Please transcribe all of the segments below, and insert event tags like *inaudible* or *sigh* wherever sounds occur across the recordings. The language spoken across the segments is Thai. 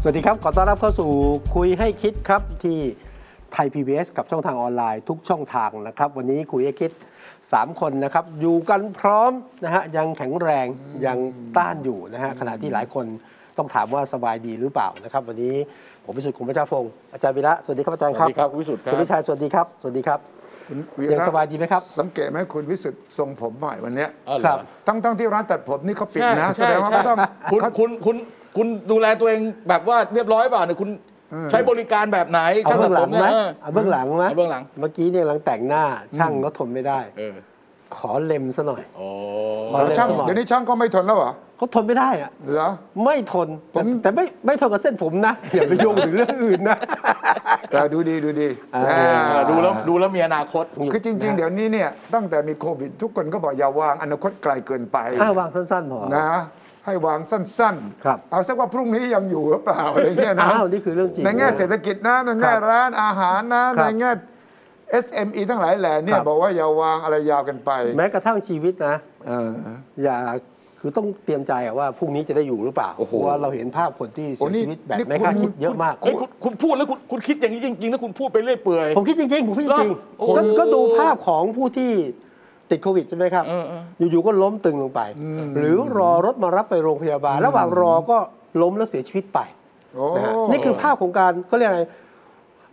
สวัสดีครับ ขอต้อนรับเข้าสู่คุยให้คิดครับที่ไทย PBS กับช่องทางออนไลน์ทุกช่องทางนะครับ วันนี้คุยให้คิด 3 คนนะครับ อยู่กันพร้อมนะฮะยังแข็งแรงยังต้านอยู่นะฮะขณะที่หลายคนต้องถามว่าสบายดีหรือเปล่านะครับ วันนี้ผมพิสุทธิ์คุมพระเจ้าพงศ์อาจารย์วิระสวัสดีครับอาจารย์ครับ สวัสดีครับคุณวิสุทธิ์ครับ คุณวิชัยสวัสดีครับสวัสดีครับ คุณวีระ ยังสบายดีไหมครับ สังเกตไหมคุณวิสุทธ์ทรงผมใหม่วันเนี้ย อ๋อคเหร รั อบ ตั้งตั้งที่ร้านตัดผมนี่เขาปิด ใช่ นะแส ใช่ ดงว่า ใช่ ก็ต้อง คุณ เขา คุณคุณคุณดูแลตัวเองแบบว่าเรียบร้อยเปล่าเนี่ยคุณ เออ ใช้บริการแบบไหน เอา ช่าง เบื้ ตั องหลัดผม ง เนี่ย ไหม เออ เอาเบื้องหลังไหม เอาเบื้องหลัง เมื่อกี้เนี่ยกำลังแต่งหน้าช่างก็ทนไม่ได้ เออ ขอเล็มซะหน่อย โอ้ อ๋อ เอาช่าง เรียบร้อย เดี๋ยวนี้ช่างก็ไม่ทนแล้วเหรอ เขาทนไม่ได้อะ เหรอ ไม่ทน ผม แต่แต่ไม่ไม่ทนกับเส้นผมนะ *laughs* อย่าไปโยงถึงเรื่องอื่นนะ เออดูดีดูดี เออ แหม ดูแล้วดูแล้วมีอนาคต คือจริง ๆ เดี๋ยวนี้เนี่ยตั้งแต่มีโควิด ทุกคนก็บอกอย่าวางอนาคตไกลเกินไป อ้าววางสั้นๆพอ นะให้วางสั้นๆ ครับ เอาสักว่าพรุ่งนี้ยังอยู่หรือเปล่าอะไรเงี้ยนะ อ้าวนี่คือเรื่องจริง ในแง่เศรษฐกิจนะในแง่ ครับ ร้านอาหารนะ ครั ใน บ แง่ SME ทั้งหลายแหล่เนี่ ค ย รับ บอกว่าอย่าวางอะไรยาวกันไป แม้กระทั่งชีวิตนะ เออ อย่าคือต้องเตรียมใจอะว่าพรุ่งนี้จะได้อยู่หรือเปล่า โอ้โห เพราะว่าเราเห็นภาพคนที่เสียชีวิตแบบไม่คาดคิดเยอะมาก เฮ้ยคุณคุณพูดแล้วคุณคุณคิดอย่างนี้จริงๆแล้วคุณพูดไปเรื่อยเปื่อย ผมคิดจริงๆผมคิดจริง โอ้โห ๆก็ก็ดูภาพของผู้ที่ติดโควิดใช่ไหมครับ เออเออ อยู่ๆก็ล้มตึงลงไป หรือรอรถมารับไปโรงพยาบาล ระหว่างรอก็ล้มแล้วเสียชีวิตไป โอ้ นะฮะนี่คือภาพของการเขาเรียกอะไร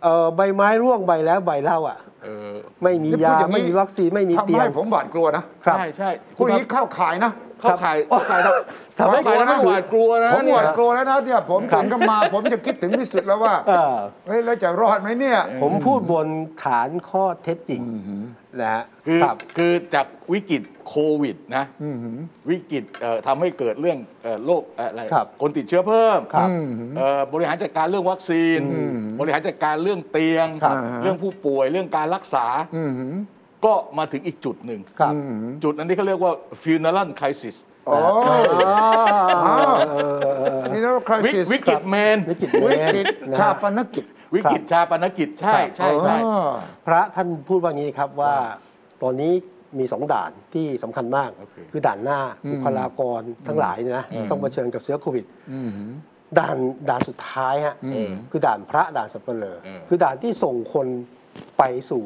เอ่อใบไม้ร่วงใบแล้วใบเล่าอ่ะ เออ ไม่มี นี่พู ยา ดอย่างนี้ ไม่มีวัคซีนไม่มีเตี ทำ ย ให้ ง ผมหวาดกลัวนะ ครั ใช่ บ ใช่ ผู้นี้เข้าขายนะ เข้าขายเข้าขายครับ ทำให้ เข้าขายแล้วไม่หวาดกลัวนะ ผมเนี่ยวหาดกลัวแล้วนะเนี่ยผมถึงก็มา ผมจะคิดถึงที่สุดแล้วว่า เอ่อ เฮ้ยแล้วจะรอดไหมเนี่ย ผมพูดบนฐานข้อเท็จจริงนะฮะ คือ ครับ คือจากวิกฤตโควิดนะวิกฤตเอ่อทำให้เกิดเรื่องเอ่อโรคเอ่ออะไร ครับ คนติดเชื้อเพิ่ม ครับ เอ่อบริหารจัดการเรื่องวัคซีน บริหารจัดการเรื่องเตียง ครับ เรื่องผู้ป่วยเรื่องการรักษา ก็มาถึงอีกจุดหนึ่ง ครับ จุดนั้นที่เขาเรียกว่า funeral crisis โอ้ อ๋อเออ นี่นะคริ วิ สิส วิกฤตเมน วิกฤต วิ แน่ กฤต นะฮะ ชาปนกิจ วิกฤตชาปนกิจใช่ใช่ใช่ อ๋อ พระท่านพูดว่างี้ครับว่าตอนนี้มีสองด่านที่สำคัญมาก โอเค คือด่านหน้าบุคลากรทั้งหลายเนี่ยนะต้องเผชิญกับเชื้อโควิดด่านด่านสุดท้ายฮะ เออ คือด่านพระด่านสัปเหร่อ เออ คือด่านที่ส่งคนไปสู่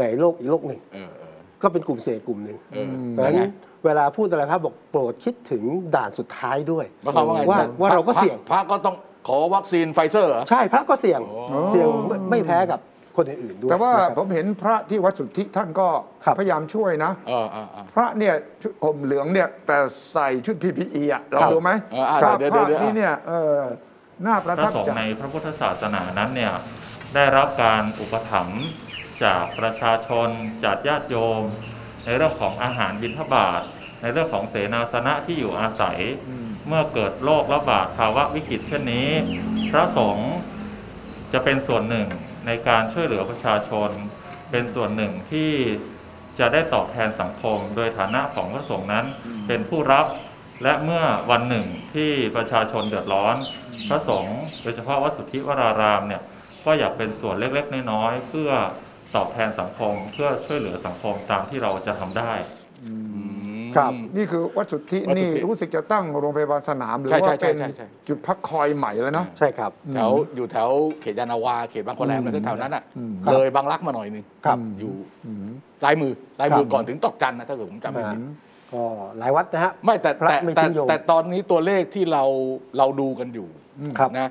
ในโลกอีกโลกหนึ่ง เออเออ ก็เป็นกลุ่มเสี่ยงกลุ่มหนึ่ง เออ เพราะฉะ ยังไง นั้นเวลาพูดอะไรพระบอกโปรดคิดถึงด่านสุดท้ายด้วย หมายความว่าไง ว่าว่าเราก็ พะ เสี่ยง พระก็ต้องขอวัคซีนไฟเซอร์เหรอ ใช่พระก็เสี่ยงเสี่ยงไม่ไม่แพ้กับคนอื่นๆด้วย แต่ว่า นะครับ ผมเห็นพระที่วัดสุทธิท่านก็ ครับ พยายามช่วยนะ เออเออเออ พระเนี่ยชุดห่มเหลืองเนี่ยแต่ใส่ชุด PPE อ่ะเรา ครับ ดูไหม เอออ่ะ ภาพ เดี๋ยว ภาพ เดี๋ยว นี้เนี่ยเออน่าประ พระ ทับ สง ใจ ฆ์ในพระพุทธศาสนานั้นเนี่ยได้รับการอุปถัมภ์จากประชาชนจากญาติโยม ในเรื่องของอาหารบิณฑบาตในเรื่องของเสนาสนะที่อยู่อาศัย เมื่อเกิดโรคระบาดภาวะวิกฤตเช่นนี้ พระสงฆ์จะเป็นส่วนหนึ่งในการช่วยเหลือประชาชน เป็นส่วนหนึ่งที่จะได้ตอบแทนสังคม โดยฐานะของพระสงฆ์นั้นเป็นผู้รับ และเมื่อวันหนึ่งที่ประชาชนเดือดร้อน พระสงฆ์โดยเฉพาะวัดสุทธิวรารามเนี่ยก็อยากเป็นส่วนเล็กๆ น้อยๆเพื่อตอบแทนสังคม เพื่อช่วยเหลือสังคมตามที่เราจะทำได้ อืม ครับ นี่คือวัดสุทธิ วัดสุทธิ นี่รู้สึกจะตั้งโรงพยาบาลสนาม หรือ ใช่ใช่ ว่าเป็น ใช่ใช่ จุดพักคอยใหม่แล้วนะ ใช่ครับ แถวอยู่แถวเขตยานนาวาเขตบางคอแหลมแล้วก็แถวนั้นอ่ะเลยบางรักมาหน่อยหนึง ครับ อยู่ซ้ายมือซ้ายมือ ครับ ก่อนถึงตอกจันนะถ้าเกิดผมจำไม่ผิด ก็หลายวัดนะฮะ ไม่แต่ พระ แต่ ไม่ แต่ ทิ้งโยม แต่ตอนนี้ตัวเลขที่เราเราดูกันอยู่ ครับ นะ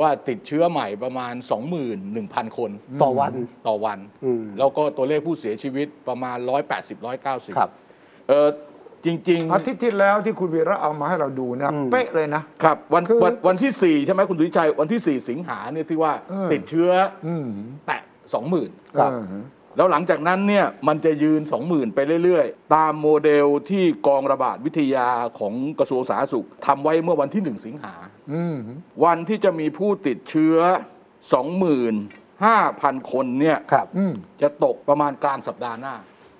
ว่าติดเชื้อใหม่ประมาณ 21,000 คน ต่อวัน ต่อวัน อืม แล้วก็ตัวเลขผู้เสียชีวิตประมาณ 180 190 ครับ เออจริง อาทิตย์ที่แล้วที่คุณวีระเอามาให้เราดูนะ เป๊ะเลยนะ ๆครับวัน คือ วันวันที่ 4 ใช่ไหมคุณสุทธิชัย วันที่ 4 สิงหาเนี่ยที่ว่า เออ ติดเชื้อ อืม แตะ 20,000 ครับ เออ แล้วหลังจากนั้นเนี่ยมันจะยืน 20,000 ไปเรื่อยๆ ตามโมเดลที่กองระบาดวิทยาของกระทรวงสาธารณสุขทำไว้เมื่อวันที่ 1 สิงหา อืม วันที่จะมีผู้ติดเชื้อ 25,000 คนเนี่ย ครับ อืม จะตกประมาณกลางสัปดาห์หน้า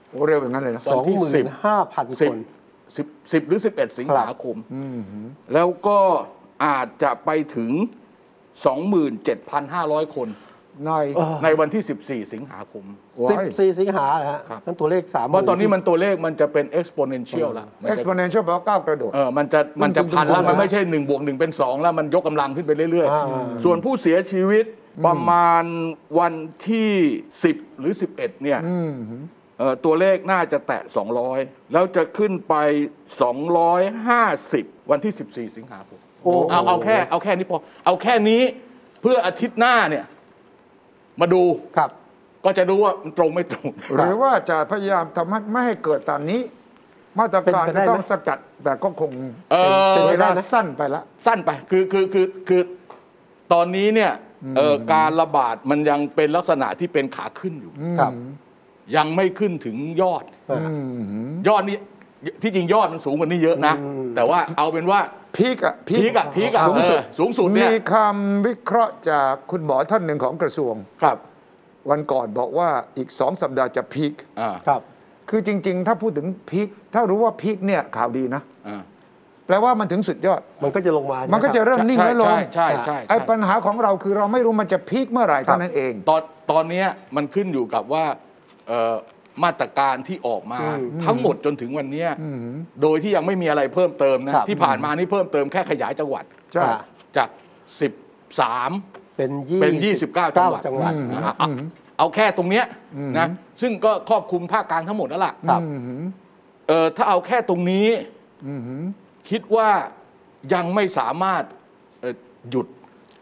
โอ้เร็วอย่างนั้นเลยนะ วั ส น อง ที่ หมื่ สิ น บ ห้าพันคน 10 10 10 หรือ 11 สิงหาคม อืม แล้วก็อาจจะไปถึง 27,500 คน หน่อย เออ ในวันที่ 14 สิงหาคม สิบสี่สิงหาเหรอฮะ ครับ นั่นตัวเลขสาม เพราะตอนนี้มันตัวเลขมันจะเป็น exponential แล้วมันจะ exponential แปลว่าก้าวกระโดด เออมันจะมันจะพันแล้ว ตึงๆๆๆ มันไม่ใช่1นบวกหเป็น 2 แล้วมันยกกำลังขึ้นไปเรื่อย อ่า ส่วนผู้เสียชีวิตประมาณวันที่ 10 หรือ 11 เนี่ย อืม เอ่อตัวเลขน่าจะแตะ 200 แล้วจะขึ้นไป 250 วันที่ 14 สิงหาคม โอ้โห เอาเอาแค่เอาแค่นี้พอ เอาแค่นี้เพื่ออาทิตย์หน้าเนี่ย มาดู ครับ ก็จะรู้ว่ามันตรงไม่ตรง หรือว่าจะพยายามทำให้ไม่ให้เกิดตามนี้ มาตรการ เป็นไปได้ จะ ไหม ต้องสกัด แต่ก็คง เออ เป็นเวลาสั้นไปละ สั้นไปคือคือคือคือตอนนี้เนี่ยเอ่อการระบาดมันยังเป็นลักษณะที่เป็นขาขึ้นอยู่ ครับ ยังไม่ขึ้นถึงยอด อืมหือย อดนี่ที่จริงยอดมันสูงกว่านี้เยอะนะ อืม แต่ว่าเอาเป็นว่า พีกอะ พีกอะพีกอะ สูงสุด เออสูงสุดเนี่ย มีคำวิเคราะห์จากคุณหมอท่านหนึ่งของกระทรวง ครับ วันก่อนบอกว่าอีกสองสัปดาห์จะพีค อ่า ครับ คือจริง ๆ ถ้าพูดถึงพีคถ้ารู้ว่าพีคเนี่ยข่าวดีนะ อ่า แปลว่ามันถึงสุดยอด มันก็จะลงมา มั มัน ก็จะเริ่มนิ่ง ใช่ น้อยลง ใช่ใช่ใช่ ไอ้ ใช่ ปัญหาของเราคือเราไม่รู้มันจะพีคเมื่อไหร่เท่านั้นเอง ตอนตอนเนี้ยมันขึ้นอยู่กับว่าเอ่อมาตรการที่ออกมา ทั้งหมดจนถึงวันเนี้ยโดยที่ยังไม่มีอะไรเพิ่มเติมนะที่ผ่านมานี่เพิ่มเติมแค่ขยายจังหวัด ใช่ จาก 13 เป็นยี่ เป็น 29 จังหวัด จังหวัด นะฮะเอาเอาแค่ตรงเนี้ยนะซึ่งก็ครอบคลุมภาคกลางทั้งหมดแล้วล่ะ ครับ เออถ้าเอาแค่ตรงนี้คิดว่ายังไม่สามารถเอ่อหยุด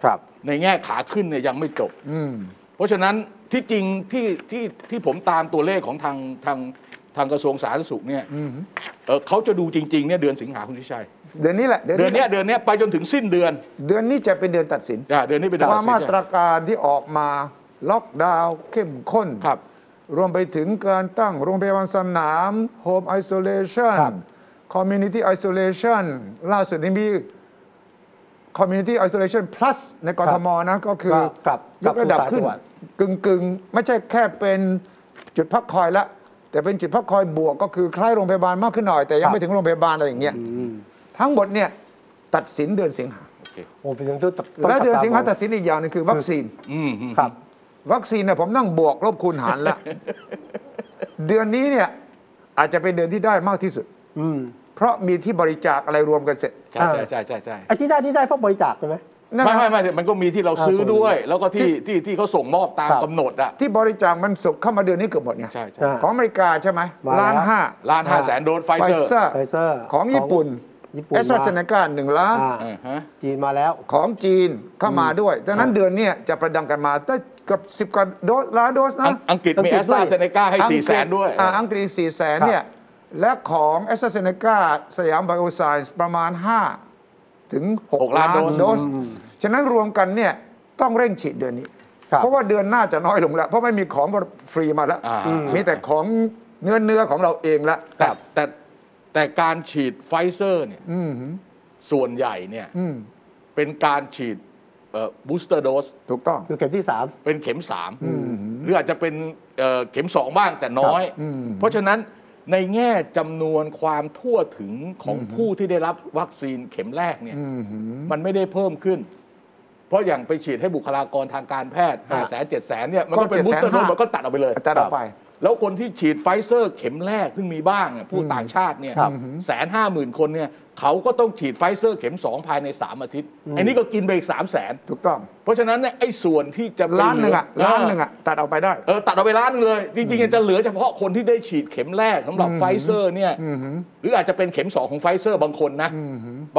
ครับ ในแง่ขาขึ้นเนี่ยยังไม่จบ อืม เพราะฉะนั้นที่จริงที่ที่ที่ผมตามตัวเลขของทางทางทางกระทรวงสาธารณสุขเนี่ยเอ่อเขาจะดูจริงๆเนี่ยเดือนสิงหาคุณทิชัย เดือนนี้แหละ เดือน เดือนเนี้ย แหละ เดือนเนี้ยไปจนถึงสิ้นเดือน เดือนนี้จะเป็นเดือนตัดสิน อ่าเดือนนี้เป็นเดือน ว่า ตัดสิน มา ใจ ตรการที่ออกมาล็อกดาวน์เข้มข้น ครับ รวมไปถึงการตั้งโรงพยาบาลสนามโฮมไอโซเลชัน ครับ คอมมูนิตี้ไอโซเลชันล่าสุดนี้มีคอมมูนิตี้ไอโซเลชัน plus ในกรทมนะก็คือ ก็กลับ ยกระดับขึ้น กลับสู่ต่างจังหวัด กึ่งกึ่งๆ ไม่ใช่แค่เป็นจุดพักคอยละ แต่เป็นจุดพักคอยบวกก็คือคล้ายโรงพยาบาลมากขึ้นหน่อย แต่ยังไม่ถึงโรงพยาบาลอะไรอย่างเงี้ยทั้งหมดเนี่ยตัดสินเดือนสิงหา โอ้เป็นเรื่องที่ต้องจับ และเดือนสิงหา ต ตัดสินอีกอย่างหนึงคือวัคซีน อืมอืม ครับ วัคซีนเนี่ยผมนั่งบวกลบคูณหารแล้ว เดือนนี้เนี่ยอาจจะเป็นเดือนที่ได้มากที่สุด อืม เพราะมีที่บริจาคอะไรรวมกันเสร็จ ใช่ใช่ใช่ใช่ใช่ ไอ้ที่ได้ที่ได้เพราะบริจาคใช่ไหม นะ ไม่ ค ไม่ รับ ไม่มันก็มีที่เราซื้อด้วย แล้วก็ที่ที่ที่เขาส่งมอบตาม ครับ กำหนดอ่ะ ที่บริจาคมันสุกเข้ามาเดือนนี้เกือบหมดไง ใช่ใช่ อ่า ของอเมริกาใช่ไหม มาแล้ว ล้านห้า ล้านห้าแสนโดสไฟเซอร์ ไฟเซอร์ ของญี่ปุ่น ญี่ปุ่น เอสตราเซเนกาหนึ่งล้าน อ่า เออฮะ จีนมาแล้ว ของจีนเข้ามาด้วยดังนั้นเดือนเนี้จะประดังกันมาได้เกับสิบ10กว่าโดสล้านโดสนะ อังอังกฤษมี อั แอกงฤษ สตราเซเนกาให้ อังกฤ สี่ ษ แสนด้วย อ่าอังกฤษสี่แสน ครับ เนี่ย และของแอสตราเซเนกาสยามไบโอไซส์ประมาณ 5 ถึง หก 6 ล้า ล้าน น โด โด ส ส ฉะนั้นรวมกันเนี่ยต้องเร่งฉีดเดือนนี้ ครับ เพราะว่าเดือนหน้าจะน้อยลงแล้ว เพราะไม่มีของฟรีมาแล้ว อ่า มีแต่ของเนื้อเนื้อๆของเราเองละ แต่แต่แต่การฉีดไฟเซอร์เนี่ยส่วนใหญ่เนี่ย อืม เป็นการฉีดบูสเตอร์โดส ถูกต้อง คือเข็มที่สาม เป็นเข็มสามหรืออาจจะเป็นเอ่อเข็มสองบ้างแต่น้อย เพราะฉะนั้นในแง่จำนวนความทั่วถึงของผู้ที่ได้รับวัคซีนเข็มแรกเนี่ย มันไม่ได้เพิ่มขึ้น เพราะอย่างไปฉีดให้บุคลากรทางการแพทย์ห้าแสนเจ็ดแสนเนี่ย มันก็เป็น ก็ บูสเตอร์โดส 750,000 มันก็ตัดออกไปเลย แต่เราไป แล้วคนที่ฉีดไฟเซอร์เข็มแรกซึ่งมีบ้างอะผู้ต่างชาติเนี่ย ครับ แสนห้าหมื่นคนเนี่ยเขาก็ต้องฉีดไฟเซอร์เข็ม 2 ภายใน 3 อาทิตย์ อันนี้ก็กินไปอีก3 0 0แสน ถูกต้อง เพราะฉะนั้นเนี่ยไอ้ส่วนที่จะไป ล้านหนึ่งอะ เลื ล้านหนึ่งอะตัดเอาไปได้ เออตัดเอาไปล้านหนึ่งเลย จริงๆจะเหลือเฉพาะคนที่ได้ฉีดเข็มแรกสำหรับไฟเซอร์เนี่ยหรืออาจจะเป็นเข็ม 2 ของไฟเซอร์บางคนนะ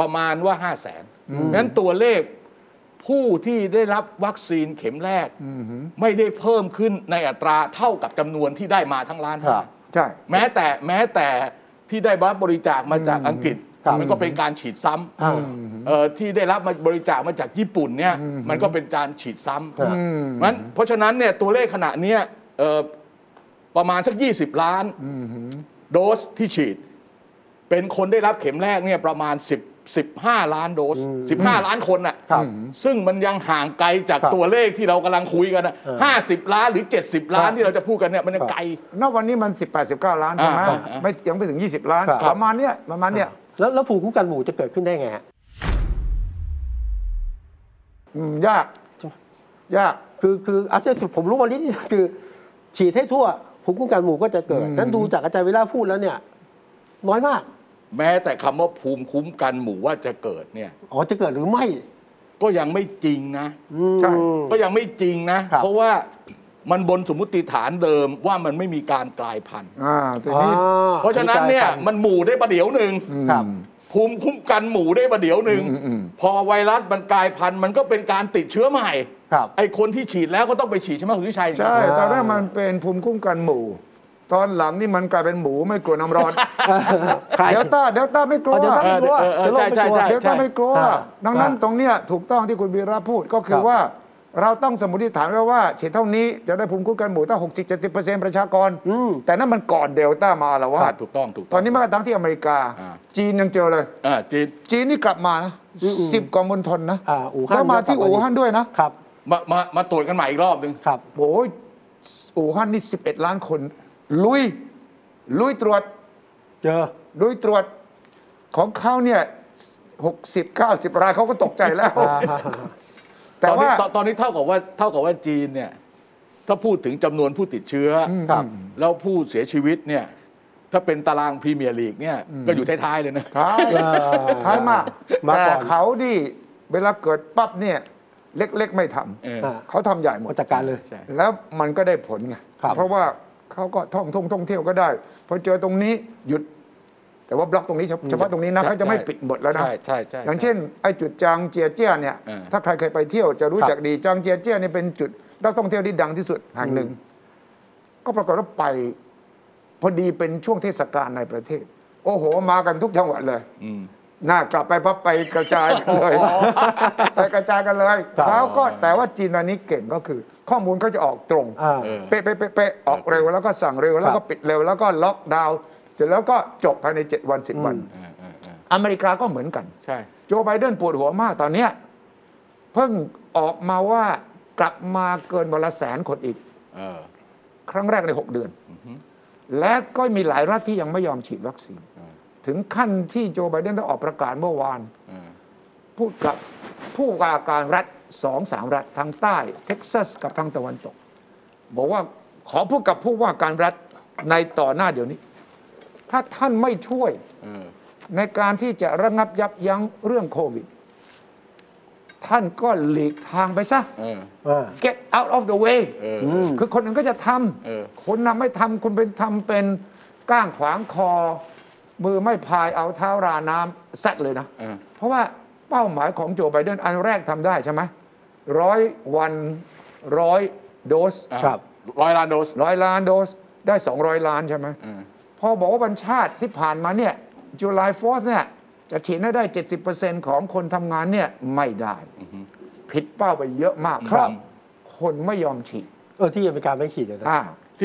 ประมาณว่า 5 0 0แสนนั้นตัวเลขผู้ที่ได้รับวัคซีนเข็มแรกไม่ได้เพิ่มขึ้นในอัตราเท่ากับจำนวนที่ได้มาทั้งล้าน ครั ห้า บ ใช่ แม้แต่แม้แต่ที่ได้รับบริจาคมาจากอังกฤษ ครับ มันก็เป็นการฉีดซ้ อ่า ำเอ่อที่ได้รับมาบริจาคมาจากญี่ปุ่นเนี่ยมันก็เป็นการฉีดซ้ำ ครับ เพราะฉะนั้นเพราะฉะนั้นเนี่ยตัวเลขขณะเนี้ยเอ่อ ประมาณสัก 20 ล้านโดสที่ฉีด เป็นคนได้รับเข็มแรกเนี่ยประมาณ 10 15 ล้านโดส 15 ล้านคนน่ะ ครับ ซึ่งมันยังห่างไกลจาก ครับ ตัวเลขที่เรากำลังคุยกันนะ เออ 50 ล้านหรือ 70 ล้าคนรับ ที่เราจะพูดกันเนี่ยมันยัง ครับ ไกล นอกวันนี้มัน 18 19 ล้านใช่ไหม อ่าอ่าอ่า ไม่ยังไม่ถึง 20 ล้าน ครับ ประมาณเนี้ยประมาณเนี้ย แล้วแล้วภูมิคุ้มกันหมู่จะเกิดขึ้นได้ไงฮะ อืมยาก ยาก คือคืออาจจะผมรู้วันนี้นี่คือ ฉีดให้ทั่วภูมิคุ้มกันหมู่ก็จะเกิดนั้นดูจากอาจารย์วิลาพูดแล้วเนี่ย น้อยมาก แม้แต่คำว่าภูมิคุ้มกันหมู่ว่าจะเกิดเนี่ย อ๋อจะเกิดหรือไม่ ก็ยังไม่จริงนะ อืม ใช่ ก็ยังไม่จริงนะ ครับ เพราะว่ามันบนสมมติฐานเดิมว่ามันไม่มีการกลายพันธุ์ อ่าทีนี้ อ๋อ เพราะฉะนั้นเนี่ย อักลา มันหมู่ได้ประเดี๋ยวหนึ่ง พันธุ์ครับ ภูมิคุ้มกันหมู่ได้ประเดี๋ยวหนึ่ง อืมอืมอืม พอไวรัสมันกลายพันธุ์มันก็เป็นการติดเชื้อใหม่ ครับ ไอคนที่ฉีดแล้วก็ต้องไปฉีดใช่ไหมคุณวิชัย ใช่ อ่า ตอนแรกมันเป็นภูมิคุ้มกันหมู่ ตอนหลังนี่มันกลายเป็นหมูไม่กลัวน้ำร้อน ใคร เดลต้าเดลต้าไม่กลัว อ๋อ Delta เออ ไม่กลัว เออเออ จะลง ใช่ ไม่ ใช่ กลัว ใช่ เดลต้า ใช่ ไม่กลัว อ่า ดังนั้น อ่า ตรงเนี้ยถูกต้องที่คุณวีระพูดก็คื ค อ รับ ว่า เราตั้งสมมติฐานไว้ว่าฉีดเท่านี้จะได้ภูมิคุ้มกันหมู่ตั้ง60 70เปอร์เซ็นต์ประชากร อืม แต่นั่นมันก่อนเดลต้ามาละว่า อ่า ส ถูกต้องถูก ต ต้ อ อง นนี้มากระทั่งที่อเมริกา อ่า จีนยังเจอเลย อ่าจีน จีนนี่กลับมานะ อืมอืม สิบกว่ามณฑลนะ อ่าอู่ฮั่น แล้วมาที่ ก็กลับมา อู่ฮั่นด้วยนะครับ มามามาตรวจกันใหม่อีกรอบหนึ่ง ครับ โอ้ยอู่ฮั่นนี่ 11 ล้านคน ลุย ลุยตรวจ เจอ โดยตรวจของเขาเนี่ย60 90 รายเขาก็ตกใจแล้ว ต แต่ อนนี้ ว่า ตอนตอนนี้เท่ากับว่าเท่ากับว่าจีนเนี่ยถ้าพูดถึงจำนวนผู้ติดเชื้ออ ครับ แล้วผู้เสียชีวิตเนี่ยถ้าเป็นตารางพรีเมียร์ลีกเนี่ยก็อยู่ท้าย ๆ เลยนะ ท้าย อ่า ท้ายมาก มา แต่ ก่อน เขาดิเวลาเกิดปั๊บเนี่ย เล็กๆไม่ท เออ ำเขาทำใหญ่หมด มาจัดการเลย ใช่ แล้วมันก็ได้ผลไง ครับ เพราะว่าเขาก็ท่องท่องท่องเที่ยวก็ได้พอเจอตรงนี้หยุด แต่ว่าบล็อกตรงนี้เฉพเฉพาะตรงนี้นะ ใช่ เขาจะไม่ ใช่ ปิดหมดแล้วนะ ใช่ใช่ใช่ อย่างเช่นไอ้จุดจางเจียเจี้ยเนี่ย เออ ถ้าใครเคยไปเที่ยวจะรู้ ครับ จักดีจางเจียเจี้ยเนี่ยเป็นจุดนักท่องเที่ยวที่ดังที่สุดแห่งหนึ่ง ก็ปรากฏว่าไป พอดีเป็นช่วงเทศกาลในประเทศ โอ้โห มากันทุกจังหวัดเลย อืม น่ากลับไปพับไปกระจายกันเลยไปกระจายกันเลย ครับ เขาก็แต่ว่าจีนอันนี้เก่งก็คือ ข้อมูลก็จะออกตรง อ่า เออ เป๊ะเป๊ะเป๊ะเป๊ะออกเร็วแล้วก็สั่งเร็วแล้ควรั ก็ บ ปิดเร็วแล้วก็ล็อกดาวน์เสร็จแล้วก็จบภายใน 7 วัน 10 วัน เออเออเออ อเมริกาก็เหมือนกัน ใช่ โจไบเดนปวดหัวมากตอนเนี้ยเพิ่งออกมาว่ากลับมาเกินวันละแสนคนอีก เออ ครั้งแรกใน 6 เดือน และก็มีหลายรัฐที่ยังไม่ยอมฉีดวัคซีน อืม ถึงขั้นที่โจไบเดนต้องออกประกาศเมื่อวาน เออ พูดกับผู้ว่าการรัฐสองสามรัฐทางใต้เท็กซัสกับทางตะวันตก บอกว่าขอพูดกับผู้ว่าการรัฐในต่อหน้าเดี๋ยวนี้ ถ้าท่านไม่ช่วย เออ ในการที่จะระงับยับยั้งเรื่องโควิด ท่านก็หลีกทางไปซะ เออ อ่า get out of the way เออ อืม คือคนอื่นก็จะท เออ ำคนนำไม่ทำคุณเป็นทำเป็นก้างขวางคอ มือไม่พายเอาเท้าราน้ำซัดเลยนะ เออ เพราะว่าเป้าหมายของโจไบเดนอันแรกทำได้ใช่ไหมร้อยวันร้อยโดส อ่ะ ครับ ร้อยล้านโดส ร้อยล้านโดสได้ 200 ล้านใช่ไหม เออ พอบอกว่าบัญชาติที่ผ่านมาเนี่ยจุลายฟอสเนี่ยจะฉีดให้ได้ 70%ของคนทำงานเนี่ยไม่ได้ ผิดเป้าไปเยอะมากเพราะคนไม่ยอมฉีด เออที่อเมริกาไม่ฉีดเลยนะ อ่า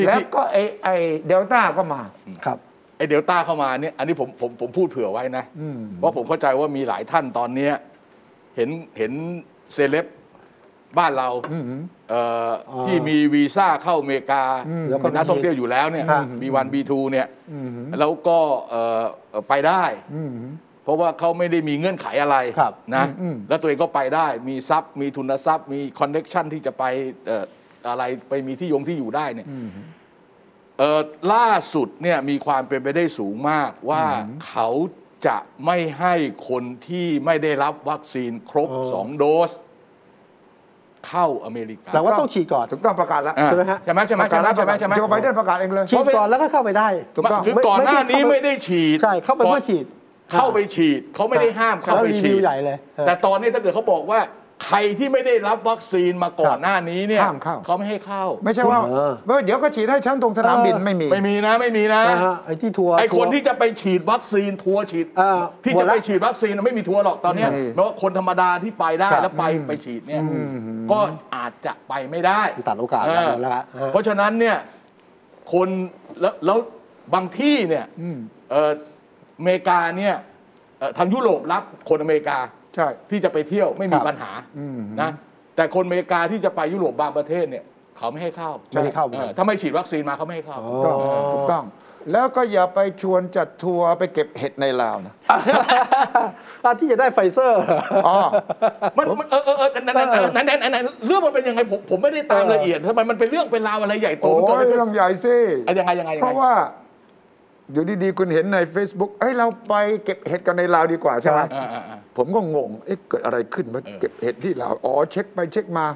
แล้วก็ไอไอเดลต้าก็มา ครับ ไอเดลต้าเข้ามาเนี่ยอันนี้ผมผมผมพูดเผื่อไว้นะเพราะผมเข้าใจว่ามีหลายท่านตอนเนี้ยเห็นเห็นเซเลบบ้านเราเอ่ออ อ ที่มีวีซ่าเข้าอเมริกา แล้วก็ เป็นนักท่องเที่ยวอยู่แล้วเนี่ย อืม บีวันบีทูเนี่ยแล้วก็เอ่อเอ่อไปได้ เพราะว่าเขาไม่ได้มีเงื่อนไขอะไร ครับ นะ อืม แล้วตัวเองก็ไปได้มีทรัพย์ มีทุนทรัพย์ มีคอนเน็กชันที่จะไปเอ่ออะไรไปมีที่ยงที่อยู่ได้เนี่ยเอ่อล่าสุดเนี่ยมีความเป็นไปได้สูงมากว่าเขาจะไม่ให้คนที่ไม่ได้รับวัคซีนครบ อ๋อ สองโดส เข้าอเมริกา แต่ว่าต้องฉีดก่อน ถูกต้องประกาศแล้ว อ่า ใช่ไหมฮะ ใช่ไหมใช่ไหม ประ ใช่ไหมกาศแล้ว ใช่ไหมใช่ไหม โจไบเดนประกาศเองเลย ฉีดก่อนแล้วก็เข้าไปได้ ถูกต้อง คือก่อนหน้านี้ไม่ได้ฉีด ใช่เข้าไปเพื่อฉีด เข้าไปฉีดเขาไม่ได้ห้ามเข้าไปฉี แล้วรีวิวดใหญ่เลยฮะ แต่ตอนนี้ถ้าเกิดเขาบอกว่า ใครที่ไม่ได้รับวัคซีนมาก่อนหน้านี้เนี่ย ห้ามเข้า เขาไม่ให้เข้า ไม่ใช่ว่า เออ เออเดี๋ยวก็ฉีดให้ฉันตรงสนามบินไม่มี ไม่มีนะไม่มีนะ นะฮะไอ้ที่ทัวร์ ไอคน ทัวร์ ที่จะไปฉีดวัคซีนทัวร์ฉีด อ่า ที่ หม จะ ดละ ไปฉีดวัคซีนน่ะไม่มีทัวร์หรอกตอนเนี้ย ไม่มี เพราะว่าคนธรรมดาที่ไปได้ ครับ แล้วไปไปฉีดเนี่ยก็อาจจะไปไม่ได้ ตัดโอกาส เออ แล้วฮะ เพราะฉะนั้นเนี่ย คนแล้วแล้วบางที่เนี่ย อืม เอ่ออเมริกาเนี่ยเอ่อทางยุโรปรับคนอเมริกา ใช่ ที่จะไปเที่ยวไม่คมีรับ ปัญหา อืม นะแต่คนอเมริกาที่จะไปยุโรปบางประเทศเนี่ยเขาไม่ให้เข้า ไม่ได้เข้าเหมือน เอ กั อน ถ้าไม่ฉีดวัคซีนมาเขาไม่ให้เข้า อ๋อ ต้องถูกต้อง แล้วก็อย่าไปชวนจัดทัวร์ไปเก็บเห็ดในลาวนะ *laughs* อ่ะที่จะได้ไฟเซอร์ *laughs* อ๋อ มันมันเออเออเออนั่นนั่นนั่นนั่นนั่นนั่นเรื่องมันเป็นยังไงผมผมไม่ได้ตาม เออ ละเอียดทำไมมันเป็นเรื่องเป็นราวอะไรใหญ่โต โอ้ มันเกิดอะไรยขึ้น เรื่องใหญ่สิ อะยังไงยังไงยังไงเพราะว่า อยู่ดีๆ คุณเห็นใน Facebook เอ้ยเราไปเก็บเห็ดกันในลาวดีกว่าใช่ไหม อ่าอ่าอ่า ผมก็งง เอ๊ะเกิดอะไรขึ้นมาเก็บเห็ดที่ลาว อ๋อ เช็คไปเช็คมา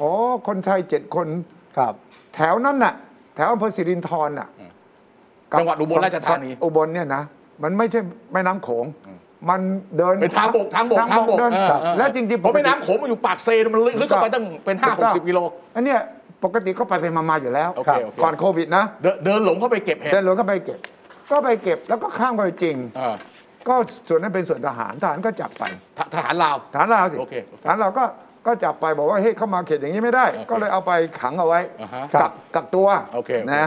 อ๋อ คนไทยเจ็ดคน ครับ แถวนั้นน่ะ แถวอำเภอสิรินธรน่ะกับ จังหวัดอุบลราชธานี ฝั่งอุบลเนี่ยนะ มันไม่ใช่แม่น้ำโขง มันเดิน เป็นทางบกทางบกทางบก เดิน เออเออเออ และจริงๆ เพราะแม่น้ำโขงมันอยู่ปากเซมันลึกลึกเข้าไปตั้งเป็นห้าหกสิบกิโล อันเนี้ยปกติก็ไปไปมาๆอยู่แล้ว โอเคโอเค ก่อนโควิดนะ เดินเดินหลงเข้าไปเก็บเห็ด เดินหลวงก็ไปเก็บ ก็ไปเก็บแล้วก็ข้ามไปจริง เออ ก็ส่วนนั้นเป็นส่วนทหารทหารก็จับไป ททหารลาว ฐานเราสิ โอเคโอเค ฐานเราก็ก็จับไปบอกว่าเฮ้ยเข้ามาเขตอย่างนี้ไม่ได้ โอเค ก็เลยเอาไปขังเอาไว้ อ่าฮะ กักกักตัว โอเคโอเค นะ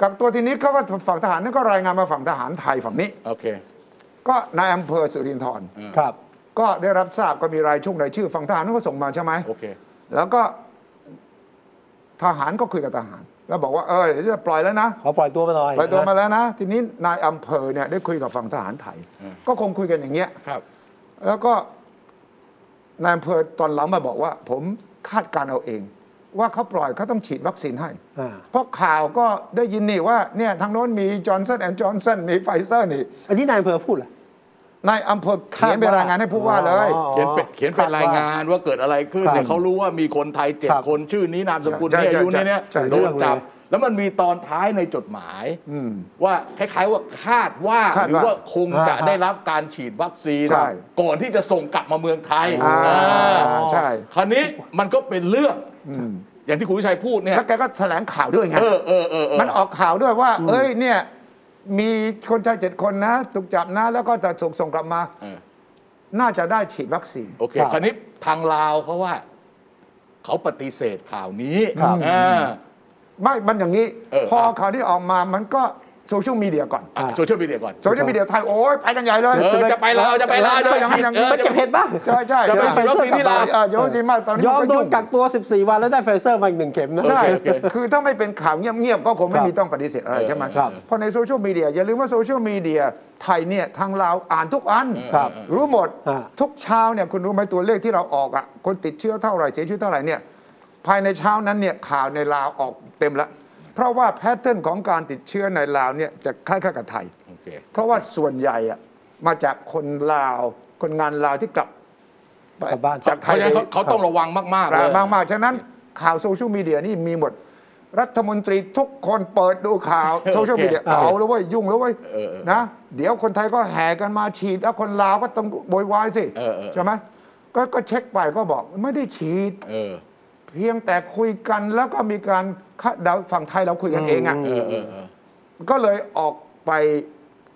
กักตัวทีนี้เขาก็ฝั่งทหารนั่นก็รายงานมาฝั่งทหารไทยฝั่งนี้ โอเค ก็นายอำเภอสุรินทร์ ครับ ก็ได้รับทราบก็มีรายช่งรายชื่อฝั่งทหารนั่นก็ส่งมาใช่ไหม โอเค แล้วก็ทหารก็คุยกับทหาร แล้วบอกว่าเออเดี๋ยวจะปล่อยแล้วนะ ขอปล่อยตัวมาหน่อย ปล่อยตัวมา นะ แล้วนะ ทีนี้นายอำเภอเนี่ยได้คุยกับฝั่งทหารไทย อืม ก็คงคุยกันอย่างเงี้ย ครับ แล้วก็นายอำเภอตอนหลังมาบอกว่า ผมคาดการณ์เอาเอง ว่าเขาปล่อยเขาต้องฉีดวัคซีนให้ อ่า เพราะข่าวก็ได้ยินนี่ว่าเนี่ยทางโน้นมีจอร์นสันแอนจอร์นสันมีไฟเซอร์นี่ อันนี้นายอำเภอพูดเหรอน ายอำเภอเขียนไปรายงานให้ผู้ว่าเลย อ๋อ เขียนเป็นเขียนเป็นรายงานว่าเกิดอะไรขึ้น ครับ เนี่ยเขารู้ว่ามีคนไทยเจ็ด ครับ คนชื่อนี้นามสกุล ใช่ นี้อา ใช่ ยุนี้เนี่ย ใช่ใช่ โดนจับ ใช่ แล้วมันมีตอนท้ายในจดหมาย อืม ว่าคล้ายๆว่าคาดว่า คาดว่า หรือว่าคงจะ อ่าฮะ ได้รับการฉีดวัคซีน ใช่ ก่อนที่จะส่งกลับมาเมืองไทย อ่า อ่า ใช่ คราวนี้มันก็เป็นเรื่อง อืม อย่างที่คุณวิชัยพูดเนี่ย แล้วแกก็แถลงข่าวด้วยไง เออเออเออเออ มันออกข่าวด้วยว่า เอ้ยเนี่ย มีคนชายเจ็ดคนนะถูกจับนะ แล้วก็จะส่งส่งกลับมา เออ น่าจะได้ฉีดวัคซีน โอเค ครับ คราวนี้ทางลาวเขาว่า เขาปฏิเสธข่าวนี้ ครับ อ่า ไม่มันอย่างนี้ เออ พอ ครับ ข่าวนี้ออกมามันก็โซเชียลมีเดียก่อน อ่ะโซเชียลมีเดียก่อน โซเชียลมีเดียไทยโอ้ยไปกันใหญ่เลย เออ จะไปลาวจะไปลาวจะไป อย่างนั้ ฉี น ด อย่างนี้ เออ ไปเก็บเห็ดบ้าง ใช่ใช่ จะไป ใช่ ฉีดวัคซีนที่ลาว เออโยซีมาตอนนี้ ยอม น โด ยุ่ น ง กักตัว 14 วันแล้วได้ไฟเซอร์มาอีกหนึ่งเข็มนะ ใช่ โอเคโอเค คือถ้าไม่เป็นข่าวเงียบๆก็คงไม่ ครับ มีต้องปฏิเสธอะไรใช่ไหม ครับ เพราะในโซเชียลมีเดียอย่าลืมว่าโซเชียลมีเดียไทยเนี่ยทางเราวอ่านทุกอัน ครับ รู้หมด อ่า ทุกเช้าเนี่ยคุณรู้ไหมตัวเลขที่เราออกอ่ะคนติดเชื้อเท่าไหร่เสียชีวิตเท่าไหร่เนี่ยภายในเช้านั้นเนี่ยข่าวในลาวออกเต็มละเพราะว่าแพทเทิร์นของการติดเชื้อในลาวเนี่ยจะคล้ายๆกับไทย โอเค เพราะว่าส่วนใหญ่อะมาจากคนลาวคนงานลาวที่กลับไป กลับบ้าน จากไท เพราะ ย ฉะนั้นเขาเขาต้องระวังมากๆเล ลาวย มากๆฉะนั้นข่าวโซเชียลมีเดียนี่มีหมด รัฐมนตรีทุกคนเปิดดูข่าวโซเชียลมีเดีย *laughs* โอเค เอาแล้วเว้ยยุ่งแล้วเว้ย เออเออ นะ เดี๋ยวคนไทยก็แห่กันมาฉีด แล้วคนลาวก็ต้องโวยวายสิ เออเออ ใช่ไหมก็ก็เช็คไปก็บอกไม่ได้ฉีด เออ เพียงแต่คุยกันแล้วก็มีการคาดเดาฝั่งไทยเราคุยกันเองอ่ะ เออเออเออ ก็เลยออกไป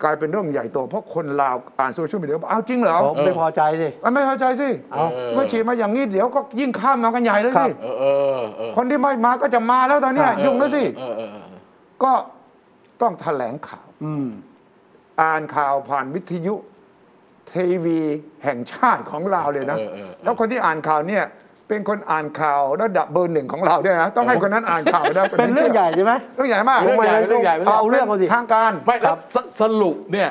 กลายเป็นเรื่องใหญ่โตเพราะคนลาวอ่านโซเชียลมีเดียบอกอ้าวจริงเหรอ อ๋อไม่พอใจสิ อ่ะไม่เข้าใจสิ เอา เมื่อฉีดมาอย่างนี้เดี๋ยวก็ยิ่งข้ามมากันใหญ่เลยสิ เออเออเออ คนที่ไม่มาก็จะมาแล้วตอนเนี้ยยุ่งแล้วสิ เออเออเออ ก็ต้องแถลงข่าว อืม อ่านข่าวผ่านวิทยุทีวีแห่งชาติของลาวเลยนะ เออเออเออ แล้วคนที่อ่านข่าวเนี่ยเป็นคนอ่านข่าวระดับเบอร์หนึ่งของเราด้วยนะต้องให้คนนั้นอ่านข่าวนะค เป็นเรื่องใหญ่ใช่ไหม เรื่องใหญ่มาก เรื่องใหญ่เรื่องใหญ่ เอาเรื่องเอาสิ ทางการ ไม่ ค แล้ รั ว บ สสรุปเนี่ย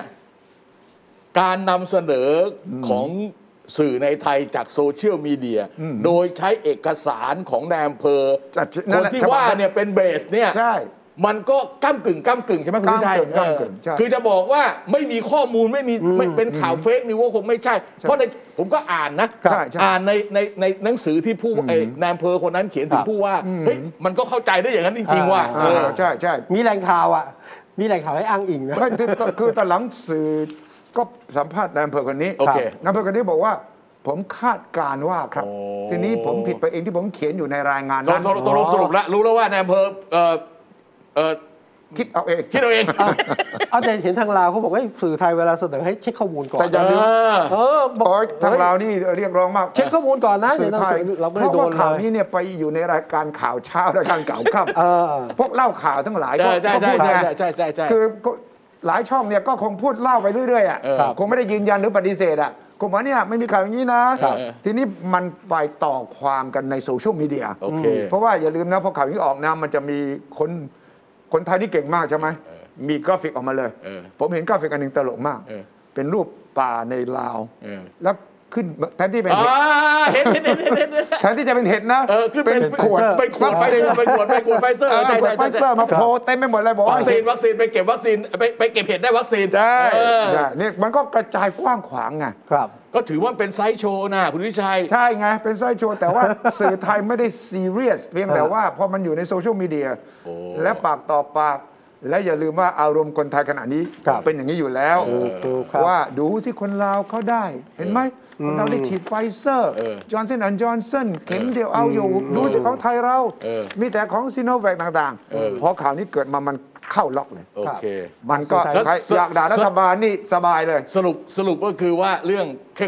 การนำเสนออของสื่อในไทยจากโซเชียลมีเดีย โดยใช้เอกสารของนายอำเภอ จัดนั่ คน น แหละ ที่ ฉบับ ว่า นั้น เนี่ยเป็นเบสเนี่ย ใช่ มันก็ก้ากึ่งก้ากึ่งใช่ไหมคุณวิชัย ก้ำกึ่งก้ำกึ่งใช่ เออคือจะบอกว่าไม่มีข้อมูลไม่มีไม่เป็นข่าวเฟกนิวว่าคงไม่ใช่ เพราะในผมก็อ่านนะ ใช่ใช่ อ่านในในในหนังสือที่ผู้ไอ้นายอำเภอคนนั้นเขียนถึงผู้ว่าเฮ้ยมันก็เข้าใจได้อย่างนั้นจริง ๆ ว่า อ่า เออ าใช่ใช่ มีแหล่งข่าวอ่ะ มีแหล่งข่าวให้อ้างอิงนะ ไม่คือคือตอนหลังสื่อก็สัมภาษณ์นายอำเภอคนนี้ โอเค ครับนายอำเภอคนนี้บอกว่า ผมคาดการณ์ว่าครับ โอ้ ทีนี้ผมผิดไปเองที่ผมเขียนอยู่ในรายงาน ต นั้น กลงตกลงสรุปแล้วรู้แล้วว่านายอำเภอเออเออ คิดเอาเอง คิดเอาเอง อ่ะเอาแต่เห็นทางลาวเขาบอกว่าสื่อไทยเวลาเสนอให้เช็คข้อมูลก่อน แต่อย่าลืม เออ เออบอก โอ้ยทางเราวนี่เรียกร้องมาก เช็คข้อมูลก่อนนะ สื่อไทย เราไม่ เพ ได้ ราะ โด ว่าน เล ข่าวย นี้เนี่ยไปอยู่ในรายการข่าวเช้ารายการข่าวค่ เออ ำพวกเล่าข่าวทั้งหลายก็ ใช่ใช่ ก็ ใช่ใช่พูดไง ใช่ใช่ใช่ คือก็หลายช่องเนี่ยก็คงพูดเล่าไปเรื่อยๆอ่ะ เออครับ คงไม่ได้ยืนยันหรือปฏิเสธอ่ะคงว่าเนี่ยไม่มีข่าวอย่างนี้นะ ครับ ทีนี้มันไปต่อความกันในโซเชียลมีเดีย โอเค เพราะว่าอย่าลืมนะพอข่าวอย่างนี้ออกนะมันจะมีคนคนไทยนี่เก่งมากใช่ไหมมีกราฟิกออกมาเลย เออ ผมเห็นกราฟิกอันหนึ่งตลกมาก เออ เป็นรูปป่าในลาว เออ แล้วขึ้นแทนที่เป็น อ๋อ เห็ด เห็นเห็นเห็นเห็นเห็น แทนที่จะเป็นเห็ดนะ เออคือเป็น เป็นขวด เออ เป็นขวดไฟเซอร์เป็นขวดเป็นขวดไฟเซอร์ เออ ใช่ ขวด ใช่ ไฟ ใช่ เซอร์มาโผล่เต็มไปหมดเลยบอก วั ว่า คซีนวัคซีนไปเก็บวัคซีนไปไปเก็บเห็ดได้วัคซีน ใช่ เออ ใช่เนี่ยมันก็กระจายกว้างขวางไง ครับ ก็ถือว่าเป็นไซส์โชว์นะคุณวิชัย ใช่ไง เป็นไส้โชว์แต่ว่า สื่อไทยไม่ได้ซีเรียสเพียงแต่ว่าพอมันอยู่ในโซเชียลมีเดียและปากต่อปาก และอย่าลืมว่าอารมณ์คนไทยขณะนี้ ครับ เป็นอย่างนี้อยู่แล้ว ถูกถูกครับ ว่าดูสิคนลาวเขาได้ เห็นไหมคนลาวได้ฉีดไฟเซอร์ เออ จอร์นสันแอนจอร์นสันเข็มเดียวเอาอยู่ ดูสิของไทยเรา เออ มีแต่ของซีโนแวคต่าง เออ ๆพอข่าวนี้เกิดมามันเข้าล็อกเลย โอเค มันก็ สนใจ ใครอยากด่ารัฐบาลนี่สบายเลย สรุปสรุปก็คือว่าเรื่อง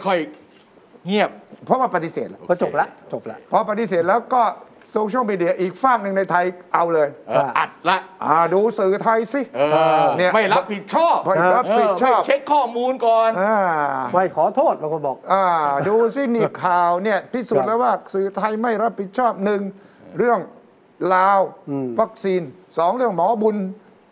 ค่อยๆเงียบ เพราะว่าปฏิเสธแล้ว ก็จบละจบละ พอปฏิเสธแล้วก็โซเชียลมีเดียอีกฝั่งหนึ่งในไทยเอาเลย เอออัดละ อ่าดูสื่อไทยสิ เออ เนี่ย ไม่รับผิดชอบ พอรับ เออ ผิดชอบ ไม่เช็คข้อมูลก่อน อ่า ไม่ขอโทษบางคนบอก อ่าดูสินี่ข่าวเนี่ยพิสูคจรั น์ บ แล้วว่าสื่อไทยไม่รับผิดชอบหนึ่งเรื่องลาว อืม วัคซีนสองเรื่องหมอบุญ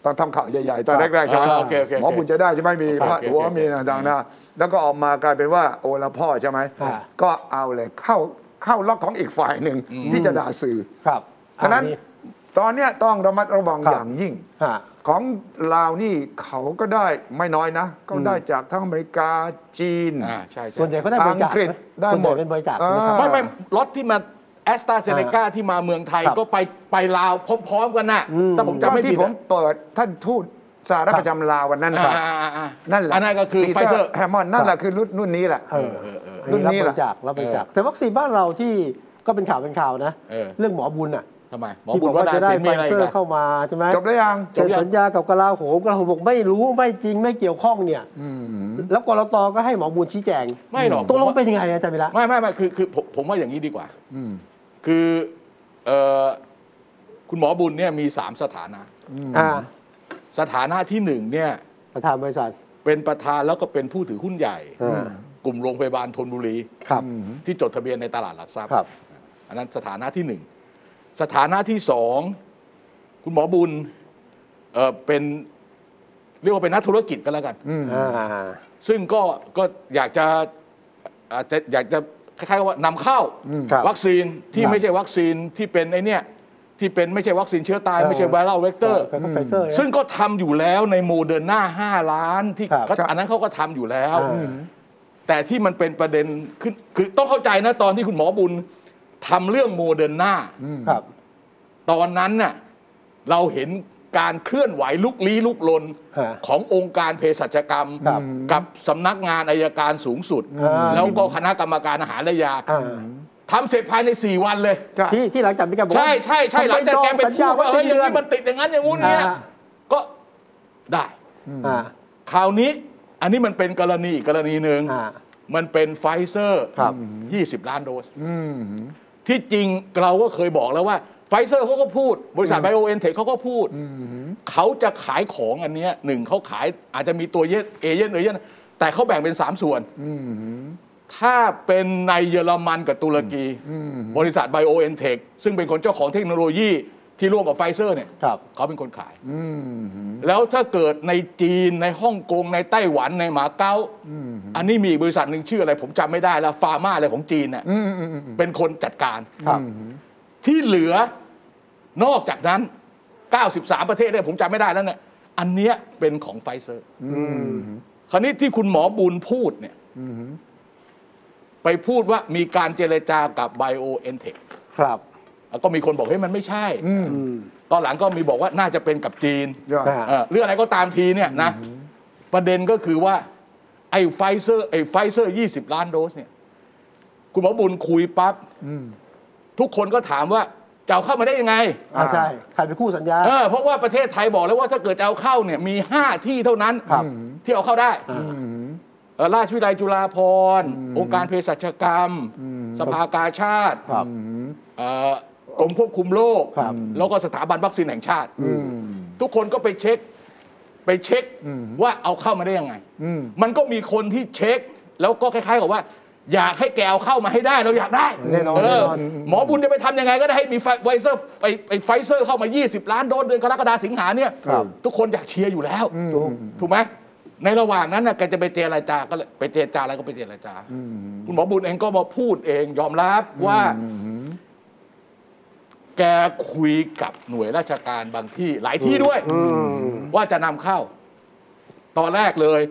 ตอนทำข่าวใหญ่ๆ ตอน ครับ แรกๆใช่ไหม อ่าโอเคโอเคโอเค หมอบุญจะได้ใช่ไหมมี โอเค พระหัว โอเค มีนะดังนะแล้วก็ออกมากลายเป็นว่าโอละพ่อใช่ไหม อ่า ก็เอาเลยเข้าเข้าล็อกของอีกฝ่ายหนึ่งที่จะด่าสื่อ ครับ ฉะนั้น อั ตอนเนี้ยต้องระมัดระวัง ครับ อย่างยิ่ง ฮะ ของลาวนี่เขาก็ได้ไม่น้อยนะ ก็ได้จากทั้งอเมริกาจีน อ่าใช่ใช่ ส่วนใหญ่เขาได้บริจาค อังกฤษ นะ ได้ ส่วนใหญ่ หมด เป็นบริจาค อ่า นะครั ไม่ บ ไม่รถที่มาแอสตราเซเนกาที่มาเมืองไทย ครับ ก็ไปไปลาวพร้อมๆกันน่ะ อืม ถ้าผม ก็ จำไม่ผิดที่ผ อะ มเปิดท่านทูตสารัฐประจำลาววันนั้น อ่า ครับ อ่าอ่าอ่า นั่นแหละ อันนั้นก็คือ ปี ไฟเซอร์ แฮมมอนนั่นแหละคือรุ่นรุ่นนี้แหละ เออ รุ่นนี้ รับบริล่ะจาครับบริจาคแต่วัคซีนบ้านเราที่ก็เป็นข่าวเป็นข่าวนะ เออ เรื่องหมอบุญอ่ะ ทำไมหมอ ที่ บุญ บอก ว่า ว่าจะ ดา ได้ สิน ไฟ มีอะไร เซ อี อก ร์ อะ เข้ามาใช่ไหม จบแล้วยัง เซ็นสัญญากับกลาโหมกลาโหมบอกไม่รู้ไม่จริงไม่เกี่ยวข้องเนี่ยแล้วกรตก็ให้หมอบุญชี้แจง ไม่หรอก ตกลง ผมว่า เป็นยังไงอาจารย์วิระ ไม่ไม่ไม่คือคือผมผมว่าอย่างนี้ดีกว่าคือเอ่อคุณหมอบุญเนี่ยมีสามสถานะ อ่า สถานะที่หนึ่งเนี่ย ประธานบริษัท เป็นประธานแล้วก็เป็นผู้ถือหุ้นใหญ่ อ่า กลุ่มโรงพยาบาลธนบุรี ครับ ที่จดทะเบียนในตลาดหลักทรัพย์ ครับ อันนั้นสถานะที่หนึ่งสถานะที่สองคุณหมอบุญเอ่อเป็นเรียกว่าเป็นนักธุรกิจก็แล้วกัน อ่า ซึ่งก็ก็อยากจะอาจจะอยากจะคล้ายๆกับว่านำเข้า ครับ วัคซีนที่ ครับ ไม่ใช่วัคซีนที่เป็นไอเนี่ยที่เป็นไม่ใช่วัคซีนเชื้อตาย ไม่ใช่ไวรัลเวกเตอร์ แล้วก็ไฟเซอร์นะ ซึ่งก็ทำอยู่แล้วในโมเดอร์นาห้าล้านที่ ครับ ก็อันนั้นเขาก็ทำอยู่แล้ว อืม แต่ที่มันเป็นประเด็นขึ้นคือต้องเข้าใจนะตอนที่คุณหมอบุญทำเรื่องโมเดอร์นา ครับ ตอนนั้นน่ะเราเห็นการเคลื่อนไหวลุกลี้ลุกลน ฮะ ขององค์การเภสัชกรรม ครับ กับสำนักงานอายการสูงสุด อ่า แล้วก็คณะกรรมการอาหารและยา อ่า ทำเสร็จภายใน 4 วันเลย ใช่ ที่ที่หลังจากมีการบอกว่า ใช่ใช่ใช่หลังจากแกไป ทำไมดองสัญ พู ญา ด ว่า ว่าเฮ้ยอ เดื ย่าง อน นี้มันติดอย่างนั้นอย่างงู้นเนี่ย อ่า ก็ได้ อ่า คราวนี้อันนี้มันเป็นกรณีอีกกรณีหนึ่ง อ่า มันเป็นไฟเซอร์ ครับ 20 ล้านโดสที่จริงเราก็เคยบอกแล้วว่าไฟเซอร์เขาก็พูด บริษัทไบโอเอ็นเทคเขาก็พูดเขาจะขายของอันเนี้ยหนึ่งเขาขายอาจจะมีตัวเยเอเย่นเอเย่นแต่เขาแบ่งเป็น 3 ส่วนถ้าเป็นในเยอรมันกับตุรกีบริษัทไบโอเอ็นเทคซึ่งเป็นคนเจ้าของเทคโนโลยีที่ร่วมกับไฟเซอร์เนี่ย ครับ เขาเป็นคนขาย แล้วถ้าเกิดในจีนในฮ่องกงในไต้หวันในหมาเก๊าอันนี้มีอีกบริษัทหนึ่งชื่ออะไร ผมจำไม่ได้แล้วฟาร์มาอะไรของจีนเนี่ยเป็นคนจัดการ ครับ ที่เหลือนอกจากนั้น 93 ประเทศเนี่ยผมจำไม่ได้แล้วเนี่ยอันเนี้ยเป็นของไฟเซอร์คราวนี้ที่คุณหมอบุญพูดเนี่ยไปพูดว่ามีการเจรจากับไบโอเอ็นเทค ครับ ก็มีคนบอกเฮ้ยมันไม่ใช่ อืม ตอนหลังก็มีบอกว่าน่าจะเป็นกับจีน ยอด อ่า เอ่อเรื่องอะไรก็ตามทีเนี่ยนะ ประเด็นก็คือว่า ไอ้ไฟเซอร์ไอ้ไฟเซอร์ยี่สิบล้านโดสเนี่ย คุณหมอบุญคุยปั๊บทุกคนก็ถามว่า จะเอาเข้ามาได้ยังไง อ่าใช่ใครเป็นคู่สัญญา เออเพราะว่าประเทศไทยบอกแล้วว่าถ้าเกิดจะเอาเข้าเนี่ยมี 5 ที่เท่านั้น ครับ ที่เอาเข้าได้ อ่า อืม เอ่อราชวิทยาลัยจุฬาภรณ์องค์การเภสัชกรรม สภากาชาติ ครับ เอ่อกรมควบคุมโรค ครับ แล้วก็สถาบันวัคซีนแห่งชาติ อืม ทุกคนก็ไปเช็คไปเช็ค อืม ว่าเอาเข้ามาได้ยังไง อืม มันก็มีคนที่เช็ค แล้วก็คล้ายๆกับว่า อยากให้แกเอาเข้ามาให้ได้เราอยากได้ แน่นอน เ แน่นอน หมอบุญจะไปทำยังไงก็ได้ให้มีไฟไฟเซอร์ไปไปไฟเซอร์เข้ามา 20 ล้านโดสเดือนกรกฎาสิงหาเนี่ย ครับ ทุกคนอยากเชียร์อยู่แล้ว ถูก ถูกไหมในระหว่างนั้นนะแกจะไปเจรจาก็เลยไปเจรจาอะไรก็ไปเจรจา คุณหมอบุญเองก็มาพูดเองยอมรับว่า แกคุยกับหน่วยราชการบางที่หลายที่ด้วย อืม ว่าจะนำเข้า ตอนแรกเลย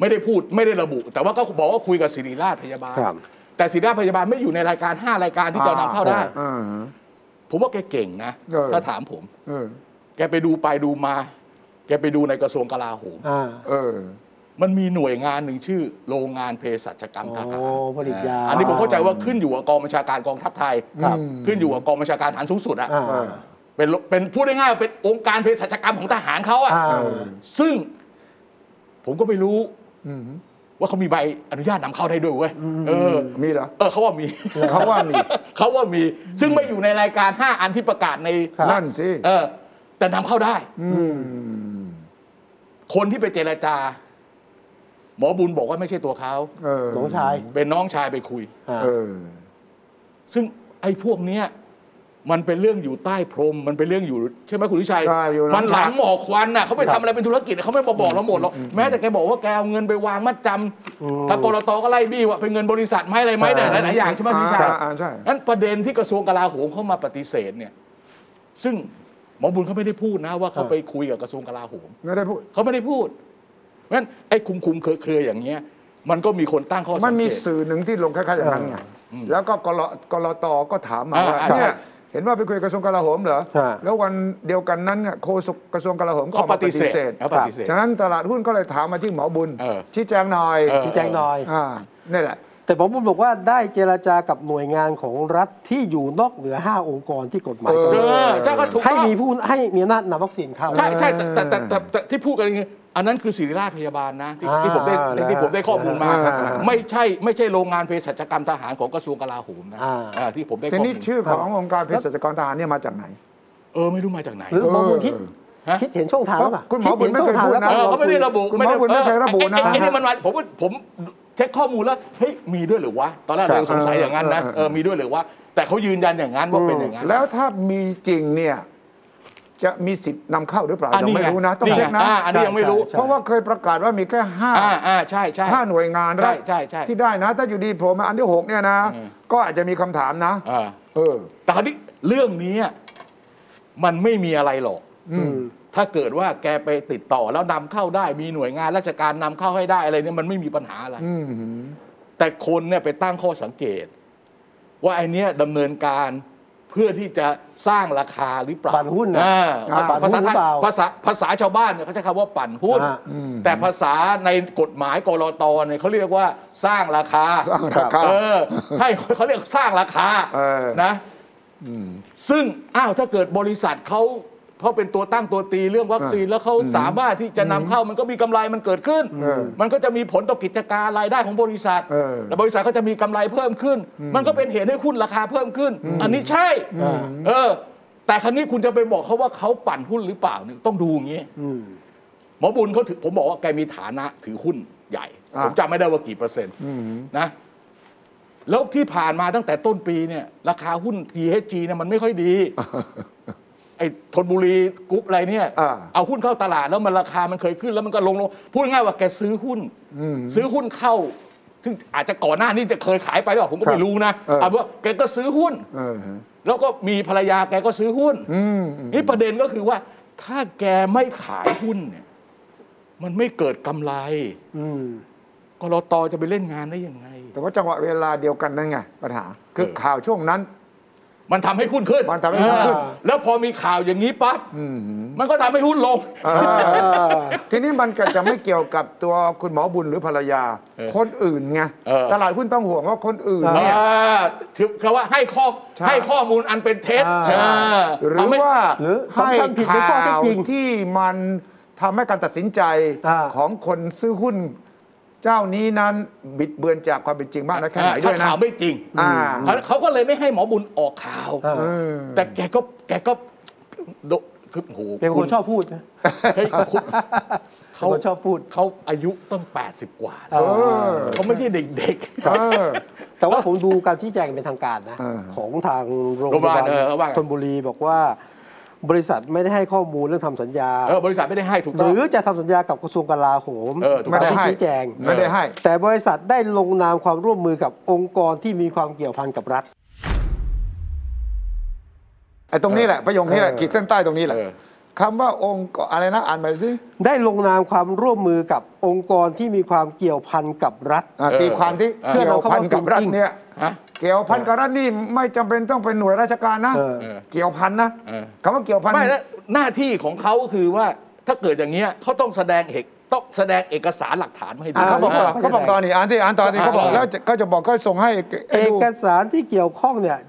ไม่ได้พูดไม่ได้ระบุ แต่ว่าก็บอกว่าคุยกับศิริราชพยาบาล ครับ แต่ศิริราชพยาบาลไม่อยู่ในรายการ 5 รายการที่จะนำเข้าได้ อ่า ผมว่าแกเก่งนะ เออ ถ้าถามผม เออ แกไปดูไปดูมา แกไปดูในกระทรวงกลาโหม อ่า เออ มันมีหน่วยงานหนึ่งชื่อ โรงงานเภสัชกรรม โอ้ ทหาร ผลิตยา อันนี้ผมเข้าใจว่าขึ้นอยู่กับกองบัญชาการกองทัพไทย ครับ อืม ขึ้นอยู่กับกองบัญชาการฐานสูงสุดอะ อ่า เป็นโลเป็นพูดง่ายๆว่าเป็นองค์การเภสัชกรรมของทหารเขาอะ อ่า ซึ่งผมก็ไม่รู้ อืม ว่าเขามีใบอนุญาตนำเข้าได้ด้วยเว้ย เออ มีเหรอ เออเขาว่ามี *laughs* เขาว่ามี เขาว่ามี ซึ่งไม่อยู่ในรายการ 5 อันที่ประกาศใน นั่นสิ เออ แต่นำเข้าได้ อืม คนที่ไปเจรจา หมอบุญบอกว่าไม่ใช่ตัวเขา เออ น้องชาย เป็นน้องชายไปคุย อ่า เออ ซึ่งไอ้พวกเนี้ยมันเป็นเรื่องอยู่ใต้พรม มันเป็นเรื่องอยู่ใช่ไหมคุณวิชัย ใช่อยู่หลัง มันหลังหมอกควันน่ะเขาไป ครั ทำ บ อะไรเป็นธุรกิจเขาไม่มาบอกเราหมดหรอกแม้แต่แกบอกว่าแกเอาเงินไปวางมัดจำถ้ากรตก็ไล่บี้ว่าเป็นเงินบริษัทไหมอะไรไหมแต่หลายๆอย่างใช่ไหมคุณวิชัย อ่าใช่ นั้นประเด็นที่กระทรวงกลาโหมเข้ามาปฏิเสธเนี่ยซึ่งหมอบุญเขาไม่ได้พูดนะว่าเขาไปคุยกับกระทรวงกลาโหม ไม่ได้พูด เขาไม่ได้พูดงั้นไอ้คุมคุมๆเครือๆอย่างเงี้ย มันก็มีคนตั้งข้อสังเกต มันมีสื่อหนึ่งที่ลงคล้ายๆอย่างนั้นไง แล้วก็กลกลตก็ถามมาว่า อ่า เนี่ ใช่ ยเห็นว่าไปคุยกับกระทรวงกลาโหมเหรอ อ่า แล้ววันเดียวกันนั้นเนี่ยโฆษกกระทรวงกลาโหมก็อ เขา อกมา ปฏิเสธเขาปฏิเสธ ฉะนั้นตลาดหุ้นก็เลยถามมาที่หมอบุญ เออ ชี้แจงหน่อย เออ ชี้แจงหน่อย อ่านี่แหละ แต่ผมบอกว่าได้เจรจากับหน่วยงานของรัฐที่อยู่นอกเหนือ 5 องค์กรที่กฎหมายกำหนด เออเจ้าก็ถูก ให้ ต้อง มีผู้ให้มีอำนาจนำวัคซีนเข้า ใช่ใช่แต่แต่แต่แต่แต่ที่พูดกันอย่างเงี้ยอันนั้นคือศิริราชพยาบาลนะที่ อ่า ที่ผมได้ นะ ที่ผมได้ข้อมูลมา อ่า ไม่ใช่ไม่ใช่โรงงานเภสัชกรรมทหารของกระทรวงกลาโหมนะ อ่า อ่าที่ผมได้ข้ ที อมู นี้ ล ชื่อขององค์การเภสัชกรทหารเนี่ยมาจากไหน เออไม่รู้มาจากไหน หรือหมอบุญคิด ฮะ คิดเห็นช่องทางหรือเปล่า คุณหมอบุญไม่เคยพูดนะ เออเขาไม่ได้ระบุ คุณหมอบุญไม่เคยระบุนะ ไอ้ไอ้ไอ้นี่มันมาผมว่าผมเช็คข้อมูลแล้วเฮ้ยมีด้วยหรือวะตอนแรกเรายังสงสัยอย่างนั้นนะเออมีด้วยหรือวะแต่เขายืนยันอย่างนั้นว่าเป็นอย่างนั้น แล้วถ้ามีจริงเนี่ยจะมีสิทธิ์นำเข้าหรือเปล่ายัง นี้ ไม่รู้นะ ต้อง ไง เช็คนะ อ่าอันนี้ยังไม่รู้ เพราะว่าเคยประกาศว่ามีแค่ห้า อ่าอ่าใช่ใช่ ห้าหน่วยงานรัใช่ฐใช่ใช่ ที่ได้นะ ถ้าอยู่ดีโผล่มาอันที่หกเนี่ยนะ อืม ก็อาจจะมีคำถามนะ อ่า เออ แต่คราวนี้เรื่องนี้มันไม่มีอะไรหรอก อืม ถ้าเกิดว่าแกไปติดต่อแล้วนำเข้าได้มีหน่วยงานราชการนำเข้าให้ได้อะไรเนี่ยมันไม่มีปัญหาอะไร อืม แต่คนเนี่ยไปตั้งข้อสังเกต ว่าไอเนี้ยดำเนินการเพื่อที่จะสร้างราคาหรือเปล่า ปั่นหุ้นนะ อ่า อ่าปั่นหุ้ ภานหรือษาไทย เปล่า ภาษาภาษาชาวบ้านเนี่ยเขาใช้คำว่าปั่นหุ้น อ่า แต่ภาษาในกฎหมายกรตเนี่ยเขาเรียกว่าสร้างราคา สร้างราคา เออให้ *laughs* เขาเรียกสร้างราคา เออ นะซึ่งอ้าวถ้าเกิดบริษัทเขาเขาเป็นตัวตั้งตัวตีเรื่องวัคซีนแล้วเขาสามารถที่จะนำเข้ามันก็มีกำไรมันเกิดขึ้น เออ มันก็จะมีผลต่อกิจการรายได้ของบริษัท เออ แล้วบริษัทก็จะมีกำไรเพิ่มขึ้น มันก็เป็นเหตุให้หุ้นราคาเพิ่มขึ้น อันนี้ใช่เออ แต่ครั้นี้คุณจะไปบอกเขาว่าเขาปั่นหุ้นหรือเปล่าเนี่ยต้องดูอย่างนี้ อืม หมอบุญเขาถือผมบอกว่าแกมีฐานะถือหุ้นใหญ่ อ่า ผมจำไม่ได้ว่ากี่เปอร์เซ็นต์นะ แล้วที่ผ่านมาตั้งแต่ต้นปีเนี่ย ราคาหุ้น THG เนี่ยมันไม่ค่อยดี ไอ้ธนบุรีกรุ๊ปอะไรเนี่ย อ่า เอาหุ้นเข้าตลาดแล้วมันราคามันเคยขึ้นแล้วมันก็ลงลงพูดง่ายๆว่าแกซื้อหุ้น ซื้อหุ้นเข้าซึ่งอาจจะก่อนหน้านี้จะเคยขายไปหรอเปล่าผมก็ไม่รู้นะ เออ เอาเป็นว่าแกก็ซื้อหุ้น เออฮะ แล้วก็มีภรรยาแกก็ซื้อหุ้น อืมอืม นี่ประเด็นก็คือว่า ถ้าแกไม่ขายหุ้นเนี่ย มันไม่เกิดกำไร อืม กรตจะไปเล่นงานได้ยังไง แต่ว่าจังหวะเวลาเดียวกันนั่นไงปัญหา คือ เออ ข่าวช่วงนั้น มันทำให้หุ้นขึ้น มันทำให้หุ้นขึ้น เออแล้วพอมีข่าวอย่างนี้ปั๊บ อืม มันก็ทำให้หุ้นลง อ่า *laughs* ทีนี้มันก็จะไม่เกี่ยวกับตัวคุณหมอบุญหรือภรรยา เออ คนอื่นไง เออ ตลาดหุ้นต้องห่วงว่าคนอื่นเนี่ย อ่าถือคำว่าให้ข้อ ใช่ ให้ข้อมูลอันเป็นเท็จ อ่า เออ หรื ทำ อ ใ ว่า หรือสำคัญผิดใน ให้ ข้อเท็จจริง ข่าวที่มันทำให้การตัดสินใจ อ่า ของคนซื้อหุ้น เจ้านี้นั้นบิดเบือนจากความเป็นจริงมากนะแค่ไหนด้วย ถ้า นะ ข่าวไม่จริง อ่า เขาเขาก็เลยไม่ให้หมอบุญออกข่าว เออ เออ แต่แกก็แกก็โดคือโอ้โห เป็นคนชอบพูดนะ เฮ้ยคุณ เป็นคนชอบพูด เขาอายุตั้ง 80 กว่า เอ แล้ว อ เขาไม่ใช่เด็กๆ เออ แต่ว่าผมดูการชี้แจงเป็นทางการนะ เออ ของทางโรงพ โรงยายบาพาลบาลเออเขาว่าไง ธนบุรีบอกว่า บริษัทไม่ได้ให้ข้อมูลเรื่องทำสัญญา เออบริษัทไม่ได้ให้ถูก ห ต้อง รือจะทำสัญญากับกระทรวงกลาโหม เออถูกต้อง ไม่ได้ ที่ ให้ ชี้แจง ไม่ได้ให้ แต่บริษัทได้ลงนามความร่วมมือกับองค์กรที่มีความเกี่ยวพันกับรัฐ ไอ้ตรงนี้แหละประโยคนี้แหละ เออ ขีดเส้นใต้ตรงนี้แหละ เออ คำว่าองค์กรอะไรนะอ่านใหม่สิ ได้ลงนามความร่วมมือกับองค์กรที่มีความเกี่ยวพันกับรัฐ อ่ะ เออ ตีความที่ เออ เกี่ยวพันกับรัฐเนี่ย ฮะ เกี่ยวพันกับรัฐนี่ไม่จำเป็นต้องเป็นหน่วยราชการนะ เออ เกี่ยวพันนะ เออ คำว่าเกี่ยวพัน ไม่แล้วหน้าที่ของเขาก็คือว่าถ้าเกิดอย่างเงี้ยเขาต้องแสดงเอกต้องแสดงเอกสารหลักฐานมาให้ดู อ่า เขาบอกต่อเขาบอกต่อนี่อ่านที่อ่านต่อนี่เขาบอกแล้วจะก็จะบอกก็ส่งให้ เอ ดู กสารที่เกี่ยวข้องเนี่ย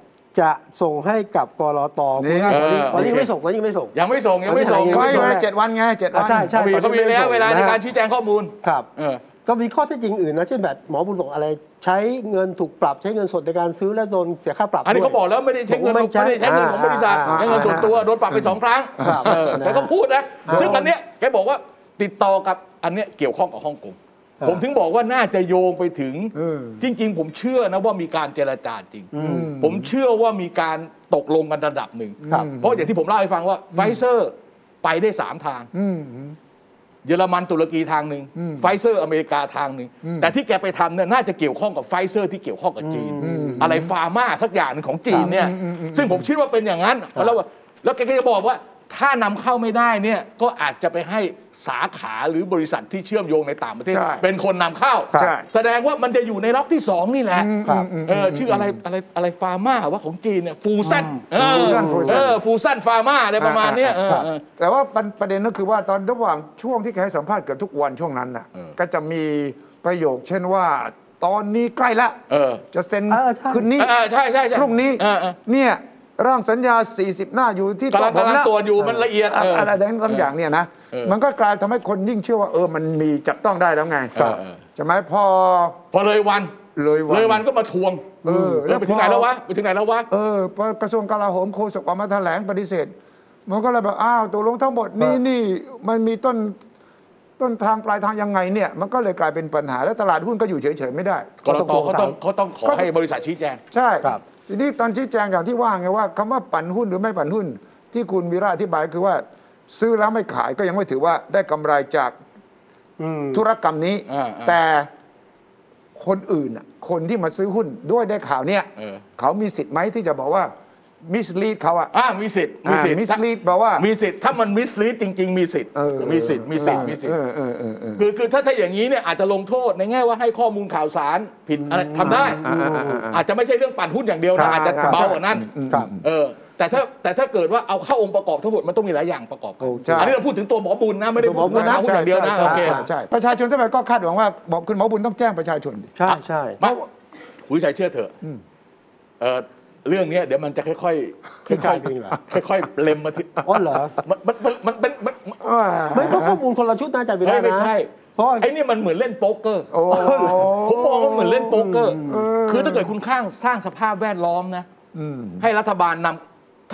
จะส่งให้กับกรอต นี่ คุณว่าตอนนี้ เออ ตอนนี้ยังไม่ส่งตอนนี้ยังไม่ส่ง ยังไม่ส่งยังไม่ส่ง อันนี้ ก็ ยัง ให้หไม่นส่งเวลาเจ็ดวันไงเจ็ดวัน อ่ะใช่ใช่ เขามี ตอนเขามี นี้ไม่ แล้ว ส่ง เวลาใน นะฮะ การชี้แจงข้อมูล ครับ เออ ก็มีข้อเท็จจริงอื่นนะเช่นแบบหมอบุญบอกอะไร ใช้เงินถูกปรับใช้เงินสดในการซื้อและโดนเสียค่าปรับ อันนี้ ด้วย เขาบอกแล้วไม่ได้ใช้เงิผนมไม่ใช้ ไม่ได้ใช้เงินของบริษัท อ่า ใช้เงินส่วนตัวโดนปรับไปสองครั้ง ครับ เออ นะ แต่ก็พูดนะ ครับ ซึ่งอันเนี้ยแกบอกว่าติดต่อกับอันเนี้ยเกี่ยวข้องกับฮ่องกง ครับ ผมถึงบอกว่าน่าจะโยงไปถึง เออ จริง ๆ ผมเชื่อนะว่ามีการเจรจาจริง ผมเชื่อว่ามีการตกลงกันระดับหนึ่ง ครับ เพราะอย่างที่ผมเล่าให้ฟังว่าไฟเซอร์ไปได้สามทาง อืม เยอรมันตุรกีทางหนึ่ง อืม ไฟเซอร์อเมริกาทางหนึ่ง อืม แต่ที่แกไปทำเนี่ยน่าจะเกี่ยวข้องกับไฟเซอร์ที่เกี่ยวข้องกับจีน อืม อะไรฟาร์มาสักอย่างหนึ่งของจีนเนี่ย อืมอืมอืม ซึ่งผมคิดว่าเป็นอย่างนั้นแล้วว่าแล้วแกก็จะบอกว่าถ้านำเข้าไม่ได้เนี่ยก็อาจจะไปให้สาขาหรือบริษัทที่เชื่อมโยงในต่างประเทศ ใช่ เป็นคนนำเข้า ใช่ แสดงว่ามันจะอยู่ในล็อกที่สองนี่แหละ อืม ครับ อืม เออ ม ชื่ออะไรอะไรอะไรฟาร์มาว่าของจีนเนี่ยฟูซันเออ Fusion Fusion เออฟูซันฟาร์มาอะไรประมาณเนี้ยเออเออ แต่ว่าประประเด็นก็คือว่าตอนระหว่างช่วงที่แกให้สัมภาษณ์เกือบทุกวันช่วงนั้นน่ะ เออ ก็จะมีประโยค เช่นว่า ตอนนี้ใกล้ละ เออ จะเซ็น เออใช่ คืนนี้ เออใช่ใช่ใช่ พรุ่งนี้ เออเออ เนี่ยร่างสัญญา 40 หน้าอยู่ที่ กำลัง ผม กำลัง แล้ว ตรวจอยู่มันละเอียดเอออ อะไรทั้งทั้งอย่างเนี่ยนะ เออ มันก็กลายทำให้คนยิ่งเชื่อว่าเออมันมีจับต้องได้แล้วไง ครับ ใช่ไหมพอ พอเลยวัน เลยวัน เลยวันก็มาทวง เออ เออไปถึงไหนแล้ววะไปถึงไหนแล้ววะ เออพอกระทรวงกลาโหมโฆษกออกมาแถลงปฏิเสธ มันก็เลยแบบอ้าวตกลงทั้งหมดนี่นี่มันมีต้นต้นทางปลายทางยังไงเนี่ย มันก็เลยกลายเป็นปัญหาและตลาดหุ้นก็อยู่เฉยๆไม่ได้ กรตเขาต้องเขาต้องขอให้บริษัทชี้แจง ใช่ ครับ ทีนี้ตอนชี้แจงอย่างที่ว่าไงว่าคำว่าปั่นหุ้นหรือไม่ปั่นหุ้น ที่คุณวีระอธิบายคือว่า ซื้อแล้วไม่ขายก็ยังไม่ถือว่าได้กำไรจาก อืม ธุรกรรมนี้ อ่าๆ แต่คนอื่นน่ะคนที่มาซื้อหุ้นด้วยได้ข่าวเนี่ย เออ เขามีสิทธิ์ไหมที่จะบอกว่ามิสลีดเขาอะ อ่ามีสิทธิ์มีสิทธิ์ มิสลีดแปลว่า มีสิทธิ์ถ้ามันมิสลีดจริง ๆ มีสิทธิ์ เออ มีสิทธิ์มีสิทธิ์มีสิทธิ์ เออเออเออเออ คือคือถ้าถ้าอย่างนี้เนี่ยอาจจะลงโทษในแง่ว่าให้ข้อมูลข่าวสารผิดอะไรทำได้ อ่าอ่าอ่าอ่า อาจจะไม่ใช่เรื่องปั่นหุ้นอย่างเดียว ครั นะ บ อาจจะ ครับ เบากว่านั้น ครับ เออแต่ถ้าแต่ถ้าเกิดว่าเอาเข้าองค์ประกอบทั้งหมดมันต้องมีหลายอย่างประกอบกัน โอ้ใช่ อันนี้เราพูดถึงตัวหมอบุญนะไม่ได้พูดถึง ห หาหุ้นอย่างเดียวนะโอเค ใช่ใช่ประชาชนทั่วไปก็คาดหวังว่าบอกคุณหมอบุญต้องแจ้งประชาชนดิ ใช่ใช่ ไม่คุยใจเชื่อเถอะ อืม เออเรื่องเนี้ยเดี๋ยวมันจะค่อยๆ ค่ ค่อยๆ อ เป็นเหรอ ยๆ ค่อยๆเล็มมาที อ๋อเหรอ มันมันมันมันมันมัน ไม่ก็ข้อมูลคนละชุดนะอาจารย์วิระ เฮ้ย นะ ไม่ใช่ เพราะ ไอ้นี่มันเหมือนเล่นโป๊กเกอร์ โอ้ ผมมองว่าเหมือนเล่นโป๊กเกอร์ เออ คือถ้าเกิดคุณข้างสร้างสภาพแวดล้อมนะ อืม ให้รัฐบาลนำ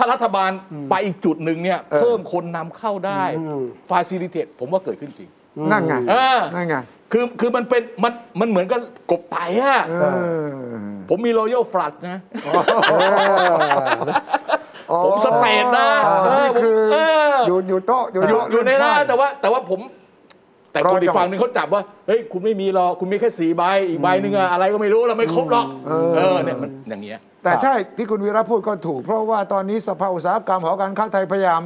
ถ้ารัฐบาลไปอีกจุดหนึ่งเนี่ย เออ เพิ่มคนนำเข้าได้ อืม ฟาซิลิเทตผมว่าเกิดขึ้นจริง นั่นไง เออ นั่นไง คือคือมันเป็นมันมันเหมือนกับกบไตอะ เออ ผมมีรอยัลฟลัดนะ ผมสเปรดนะ อ๋อ เออ นี่คือ เอออ อยู่อยู่โต๊ะอยู่ อยู่ โต๊ะ อยู่ในหน้า ข้าง แต่ว่าแต่ว่าผม แต่คน รอจัง อีกฝั่งหนึ่งเขาจับว่าเฮ้ยคุณไม่มีหรอกคุณมีแค่สีใบอีกใบหนึ่งอะอะไรก็ไม่รู้เราไม่ครบหรอกเออเนี่ยมันอย่างเงี้ย แต่ใช่ที่คุณวีระพูดก็ถูก เพราะว่าตอนนี้สภาอุตสาหกรรมหอการค้าไทยพยายาม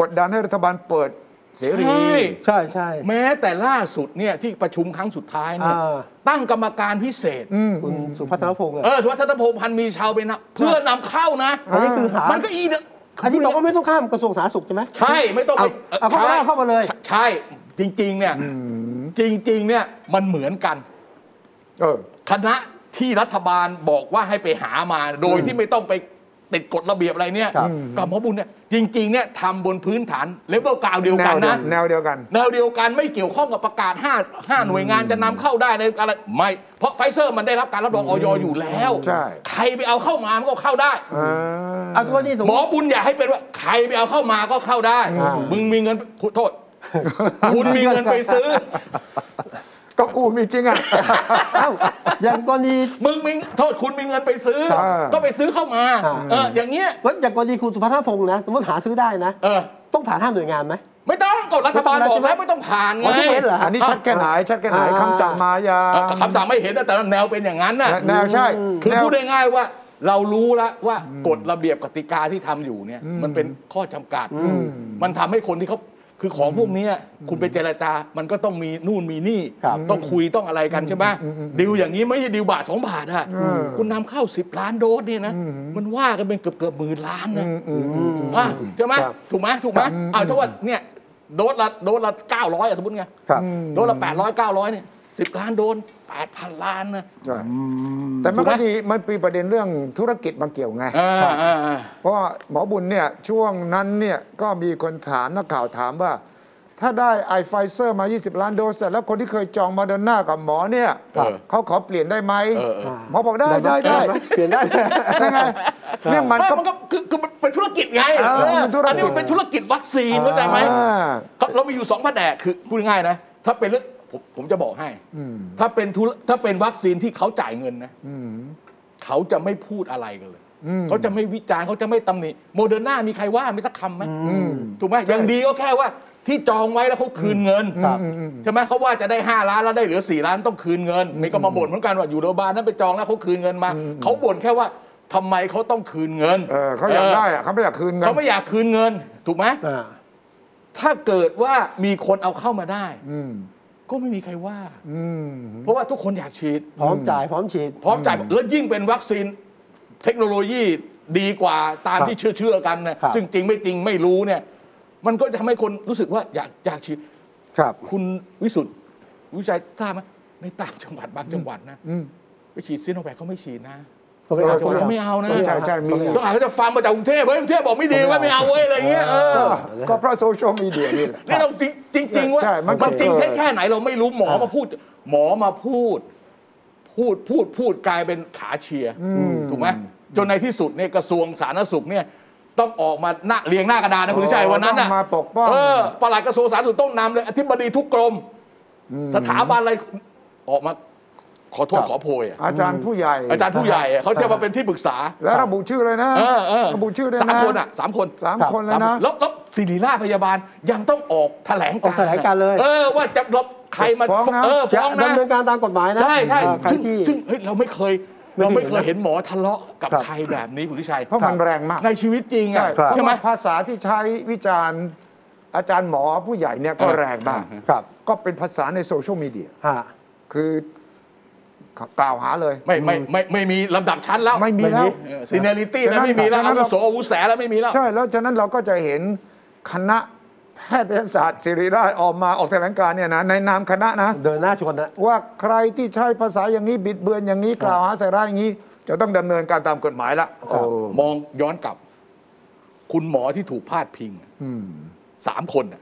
กดดันให้รัฐบาลเปิด เสรี ใช่ ใช่ใช่ แม้แต่ล่าสุดเนี่ยที่ประชุมครั้งสุดท้ายเนี่ย อ่า ตั้งกรรมการพิเศษ อืม คุณสุพัฒนพงษ์อะ เออสุวัฒนพงษ์พันธ์มีชาวเป็นนะเพื่อนำเข้านะ อันนี้คือหา มันก็อีเนย อันนี้บอกว่าไม่ต้องข้ามกระทรวงสาธารณสุขใช่ไหม ใช่ไม่ต้องไป เอาเอาเข้ามา ใช่ เข้ามาเลย ใช่ใช่ จริง ๆ เนี่ยจริง ๆ เนี่ยมันเหมือนกัน เออ คณะที่รัฐบาลบอกว่าให้ไปหามา โดยที่ไม่ต้องไปติดกฎระเบียบอะไรเนี่ย ครับ กับหมอบุญเนี่ยจริง ๆ เนี่ยทำบนพื้นฐานเลเวลกราวเดียวกันนะ แนวเดียวกัน แนวเดียวกันไม่เกี่ยวข้องกับประกาศ5 5หน่วยงานจะนำเข้าได้ในอะไรไม่ เพราะไฟเซอร์มันได้รับการรับรองออยอยู่แล้ว ใช่ ใครไปเอาเข้ามามันก็เข้าได้ อ่า เอาทุกนี่สม ห ม มอ ติ บุญอย่าให้เป็นว่าใครไปเอาเข้ามาก็เข้าได้ อ่ามึ มึงมีเงินขอโท *laughs* ษ คุณมีเงินไปซื้อ ก็กูมีจริงอ่ะ เอ้าอย่างกรณี มึงมีโทษคุณมีเงินไปซื้อ ครับ ก็ไปซื้อเข้ามา อ่า เอออย่างเงี้ย ว่าอย่างกรณีคุณสุพัฒนพงษ์นะ สมมติหาซื้อได้นะ เออ ต้องผ่านห้าหน่วยงานไหม ไม่ต้องกฎรัฐบาล ไม่ต้บอ อง กใช่ไหแล้วม ไม่ต้องผ่าน อ๋ ไง อทุกเว้นเหรอ อันนี้ชัดแค่ไหนชัดแค่ไหนคำสั่งมายา เออคำสั่งไม่เห็นนะแต่ว่าแนวเป็นอย่างนั้นนะ แนวใช่ คือ แนว พูดได้ง่ายว่าเรารู้แล้วว่ากฎระเบียบกติกาที่ทำอยู่เนี่ยมันเป็นข้อจำกัด มันทำให้คนที่เขาคือของพวกเนี้ยคุณไปเจรจา มันก็ต้องมีนู่นมีนี่ ครับ ต้องคุยต้องอะไรกันใช่ไหมดิวอย่างนี้ไม่ใช่ดิวบาทสองบาทอะคุณนำเข้า 10 ล้านโดสเนี่ยนะมันว่ากันเป็นเกือบเกือบหมื่นล้านนะอ่ะใช่ไหม ครับ ถูกไหมถูกไหมอ้าวถ้าว่าเนี่ยโดสละโดสละเก้าร้อยสมมติไง ครับ โดสละแปดร้อยเก้าร้อยเนี่ยสิบล้านโดนแปดพันล้านนะ ใช่แต่มันก็ดีมันมีประเด็นเรื่องธุรกิจมาเกี่ยวไง อ่าอ่าอ่า เพราะว่าหมอบุญเนี่ยช่วงนั้นเนี่ยก็มีคนถามนักข่าวถามว่า ถ้าได้ไอไฟเซอร์มา 20 ล้านโดสแล้วคนที่เคยจองมาเดอร์นากับหมอเนี่ย เออ เขาขอเปลี่ยนได้ไหม เออเออ หมอบอกได้ได้ได้ หมเปลี่ยนได้ นั่นไงเนี่ยมัน ไม่ ก็ มันก็คือคือมันเป็นธุรกิจไง เออมันธุรกิจ อันนี้มันเป็นธุรกิจวัคซีนเข้าใจไหม อ่า ก็เรามีอยู่สองแผนกคือพูดง่ายๆนะ ถ้าเป็นเรื่องผมผมจะบอกให้ ถ้าเป็นธุรถ้าเป็นวัคซีนที่เขาจ่ายเงินนะเขาจะไม่พูดอะไรกันเลย เขาจะไม่วิจารณ์เขาจะไม่ตำหนิโมเดอร์นามีใครว่ามีสักคำไหมถูกไหมยังดีก็แค่ว่าที่จองไว้แล้วเขาคืนเงิน ครับ ใช่ไหมเขาว่าจะได้ 5 ล้านแล้วได้เหลือ 4 ล้านต้องคืนเงินนี่ก็มาบ่นเหมือนกันว่าอยู่โรงพยาบาลนั้นไปจองแล้วเขาคืนเงินมาเขาบ่นแค่ว่าทำไมเขาต้องคืนเงิน เออเขาอยากได้อะเขาไม่อยากคืนเงิน เขาไม่อยากคืนเงิน ถูกไหม อ่า ถ้าเกิดว่ามีคนเอาเข้ามาได้ อืม ก็ไม่มีใครว่า อืม เพราะว่าทุกคนอยากฉีด พร้อมจ่ายพร้อมฉีด พร้อมจ่ายแล้วยิ่งเป็นวัคซีนเทคโนโลยีดีกว่าตาม ครับ ที่เชื่อเชื่อๆกันนะครับ ซึ่งจริงไม่จริงไม่รู้เนี่ย มันก็จะทำให้คนรู้สึกว่าอยากอยากฉีด ครับ คุณวิสุทธิ์วิจัยทราบไหมในต่างจังหวัดบางจังหวัดนะ อืม ไปฉีดซีโนแวคเขาไม่ฉีดนะ ก็ไม่เอาก็ ไม่เอานะ ใช่ใช่มี ก็อาจจะฟังมาจากกรุงเทพเฮ้ยกรุงเทพบอกไม่ดีว่าไม่เอาเว้ยอะไรเงี้ยเออ ก็เพราะโซเชียลมีเดียนี่แหละ นี่เราจริงจริงๆว่า ใช่มันก็ มันจริง เกิ แค่ ด แค่ไหนเราไม่รู้หมอมาพูด หมอมาพูด พูดพูดพูดกลายเป็นขาเชียร์ถูกไหมจนในที่สุดเนี่ยกระทรวงสาธารณสุขเนี่ย ต้องออกมาหน้าเรียงหน้ากระดานนะคุณวิชัยวันนั้น ต้ น่ะ องมาปกป้อง เออปลัดกระทรวงสาธารณสุขต้องนำเลยอธิบดีทุกกรม สถาบันอะไรออกมาขอโทษขอโพยอะ อาจารย์ผู้ใหญ่ อาจารย์ผู้ใหญ่อะเขาจะมาเป็นที่ปรึกษา แล้วระบุชื่อเลยนะ เออเออ ระบุชื่อด้วย สาม นะ คนอ่ะสามคน สามคนเลย สาม นะ แล้วแล้วศิริราชพยาบาลยังต้องออกแถลง อ การ อก ณ์ แถลงการณ์เลย เออว่าจะรับใครมา ฟ้องนะ เออฟ้อง จะ นะ ดำเนินการตามกฎหมายนะ ใช่ใช่ อ่าใคร ซึ่ง ที่ ซึ่งเฮ้ยเราไม่เคย ไม่เคย เราไม่เคยเห็นหมอทะเลาะกับ ครับ ใครแบบนี้คุณทิชัย เพราะมันแรงมาก ในชีวิตจริงอ่ะ เพราะ ใช่ไหม ว่าภาษาที่ใช้วิจารณ์อาจารย์หมอผู้ใหญ่เนี่ยก็ เออ แรงมาก ครับ ก็เป็นภาษาในโซเชียลมีเดีย ฮะ คือกล่าวหาเลย ไม่ไม่ไม่ไม่มีลำดับชั้นแล้ว ไม่มี ไม่มี แล้ว ซีเนอริตี้ ฉะนั้ แล้ว น ไม่มีแล้ว ฉะนั้น อาวุโสอาวุแสแล้วไม่มีแล้ว ใช่แล้วฉะนั้นเราก็จะเห็นคณะแพทยศาสตร์ศิริราชออกมาออกแถลงการณ์เนี่ยนะในนามคณะนะ เดินหน้าชนนะ ว่าใครที่ใช้ภาษาอย่างนี้บิดเบือนอย่างนี้กล่าวหาใส่ร้ายอย่างนี้ จะต้องดำเนินการตามกฎหมายละ ครับ โอ้ มองย้อนกลับ คุณหมอที่ถูกพาดพิงอะสามคนอะ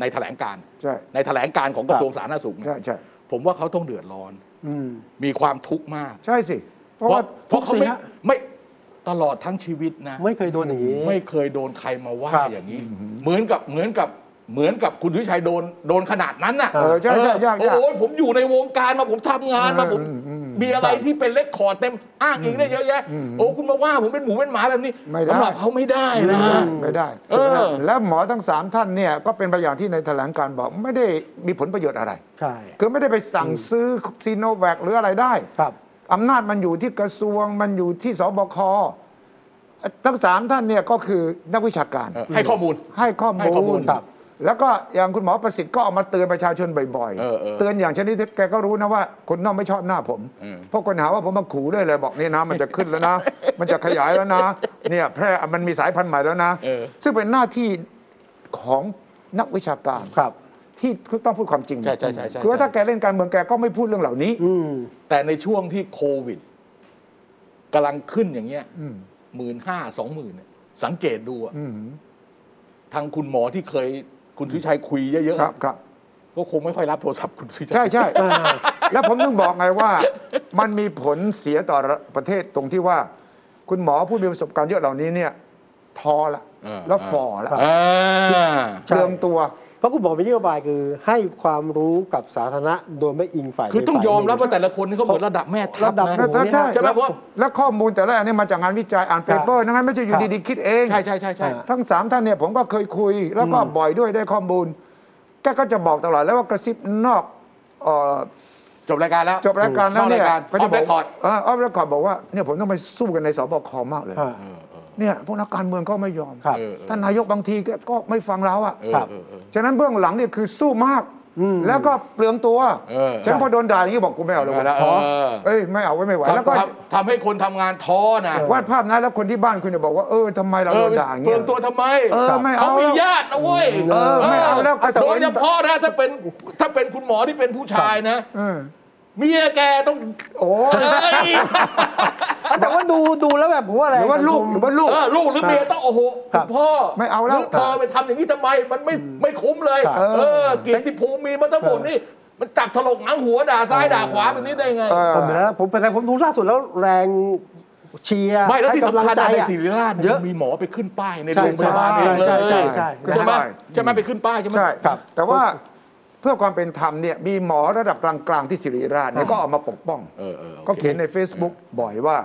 ในแถลงการณ์ ใช่ ในแถลงการณ์ของกระทรวงสาธารณสุขเนี่ย ใช่ใช่ ผมว่าเขาต้องเดือดร้อน อืม มีความทุกข์มาก ใช่สิเพ เพ ราะ ราะ ว่า เพราะเขาไม่ ทุกสิ่งฮะ ไม่ตลอดทั้งชีวิตนะ ไม่เคยโดนอย่างนี้ ไม่เคยโดนใครมาว่า ครับ อย่างนี้ เหมือนกับเหมือนกับเหมือนกับคุณวิชัยโดนโดนขนาดนั้นน่ะ เออ ใช่ใช่ยาเออยกาก โอ้ยผมอยู่ในวงการมาผมทำงานมา เออ ผม อืมอืม มีอะไรที่เป็นเลคคอร์ดเต็มอ้างอิงได้เยอะแยะโอ้คุณมาว่าผมเป็นหมูเป็นหมาแบบนี้ ไม่ได้ สำหรับเขาไม่ได้นะ ไม่ได้ เออ แล้วหมอทั้งสามท่านเนี่ยก็เป็นไปอย่างที่ในแถลงการบอกไม่ได้มีผลประโยชน์อะไร ใช่ คือไม่ได้ไปสั่งซื้อซีโนแวคหรืออะไรได้ ครับ อำนาจมันอยู่ที่กระทรวงมันอยู่ที่สบคทั้งสามท่านเนี่ยก็คือนักวิชาการ เออให้ข้อมูล ให้ข้อ ให้ข้อมู มู ล ล ครับ แล้วก็อย่างคุณหมอประสิทธิ์ก็ออกมาเตือนประชาชนบ่อย เออเออ เตือนอย่างชนิดที่แกก็รู้นะว่าคนนอกไม่ชอบหน้าผม อืม เพราะคนหาว่าผมมาขู่ด้วยเลยบอกนี่นะ มันจะขึ้นแล้ว *laughs* นะ มันจะขยายแล้วนะ เนี่ยแพร่มันมีสายพันธุ์ใหม่แล้วนะ เออ ซึ่งเป็นหน้าที่ของนักวิชาการ ครับ ที่ต้องพูดความจริง ใช่ใช่ใช่ใช่ คือว่าถ้าแกเล่นการเมืองแกก็ไม่พูดเรื่องเหล่านี้ อืม แต่ในช่วงที่โควิดกำลังขึ้นอย่างเงี้ย อืม หมื่นห้าสองหมื่นยสังเกตดูอะ อืม ทางคุณหมอที่เคยคุณสุชัยคุยเยอะ ครับครับ ๆก็คงไม่ค่อยรับโทรศัพท์คุณสุชัย ใช่ใช่แล้วผมต้องบอกไงว่า มันมีผลเสียต่อประเทศตรงที่ว่า คุณหมอผู้มีประสบการณ์เยอะเหล่านี้เนี่ยท้อละ เออ แล้วฝ่อละ อ่า ใช่ เรื่องตัว เพราะคุณหมอมีนโยบายคือให้ความรู้กับสาธารณะโดยไม่อิงฝ่าย คือต้อง ใดฝ่าย ยอมรับ หนึ่ ว่าแต่ละคนนี่เขาเหมือนระดับแม่ทัพ ระดับ นะ โอ้โห ใช่ ใช่ไหมเพราะ แล้วข้อมูลแต่ละอันเนี้มาจากงานวิจัยอ่านเปเปอร์นั้นไม่ใช่อยู่ ครับ ดีๆคิดเอง ใช่ใช่ใช่ใช่ อ่า ทั้งสามท่านเนี่ยผมก็เคยคุย แล้วก็บ่อยด้วยได้ข้อมูลแกก็จะบอกตลอดแล้วว่ากระซิบนอกเอ่อ จบรายการแล้ว จบรายการแล้วเนี่นอกรายยการ ก็จะบอ off ก record เออออฟเรคคอร์ดบอกว่าเนี่ยผมต้องไปสู้กันในสบคมากเลย อ่า เนี่ยพวกนักการเมืองก็ไม่ยอม ครับ เออเออ ท่านนายกบางทีก็ก็ไม่ฟังเราอ่ะ เออ ครับ เออเออ ฉะนั้นเบื้องหลังเนี่ยคือสู้มาก อืม แล้วก็เปลืองตัว เออ ฉะนั้นพอโดนด่าอย่างนี้บอกกูไม่เอาเลย เว เว้ย ลาเออ เอ้ยไม่เอาไว้ยไม่ไหวแล้วก็ ทำทำให้คนทำงานท้อนะ วาดภาพนั้นแล้วคนที่บ้านคุณจะบอกว่าเออทำไมเรา เอ โด อน ด่าอย่าง เปลือเงี้ย งตัวทำไม เออไม่เอา เขามี แล้ว ญาตินะเว้ย เออไม่เอาแล้วก็จะ โดยเฉพาะนะถ้าเป็นถ้าเป็นคุณหมอที่เป็นผู้ชายนะ เออ เมียแก *laughs* ต้อง โอ้ย เอ้ย อ่ะแต่ว่าดูดูแล้วแบบผมว่าอะไร หรือว่าลูกหรือว่าลูก เออลูกหรือเมียต้องโอ้โห ครับคุณพ่อ ไม่เอาแล้ว หรืเธอไปทำอย่างนี้ทำไมมันไม่ไม่คุ้มเลย ครับ เออเกียรติภูมิมีมาทั้งหมดนี่มันจับถลกหนังหัวด่าซ้ายด่าขวาแบบนี้ได้ไง เออ ผมเห็นแล้วผมแต่ผมดูล่าสุดแล้วแรงเชียร์ ไม่แล้ว ให้ ที่ กำลั สำ ง คัญ ใจ อะใน อะ ศิริราช เย เนี่ย อะ มีหมอไปขึ้นป้ายใน ใช่ โรงพยาบาล ใช่ เองเลย ใช่ใช่ใช่ ใช่ไหม ใช่ ใช่ไหมไปขึ้นป้ายใช่ไหม ใช่ ครับ แต่ว่าเพื่อความเป็นธรรมเนี่ยมีหมอระดับกลางๆที่สิริราชเนี่ยก็ออกมาปกป้อง เออเออโอเค ก็เขียนใน Facebook บ่อยว่า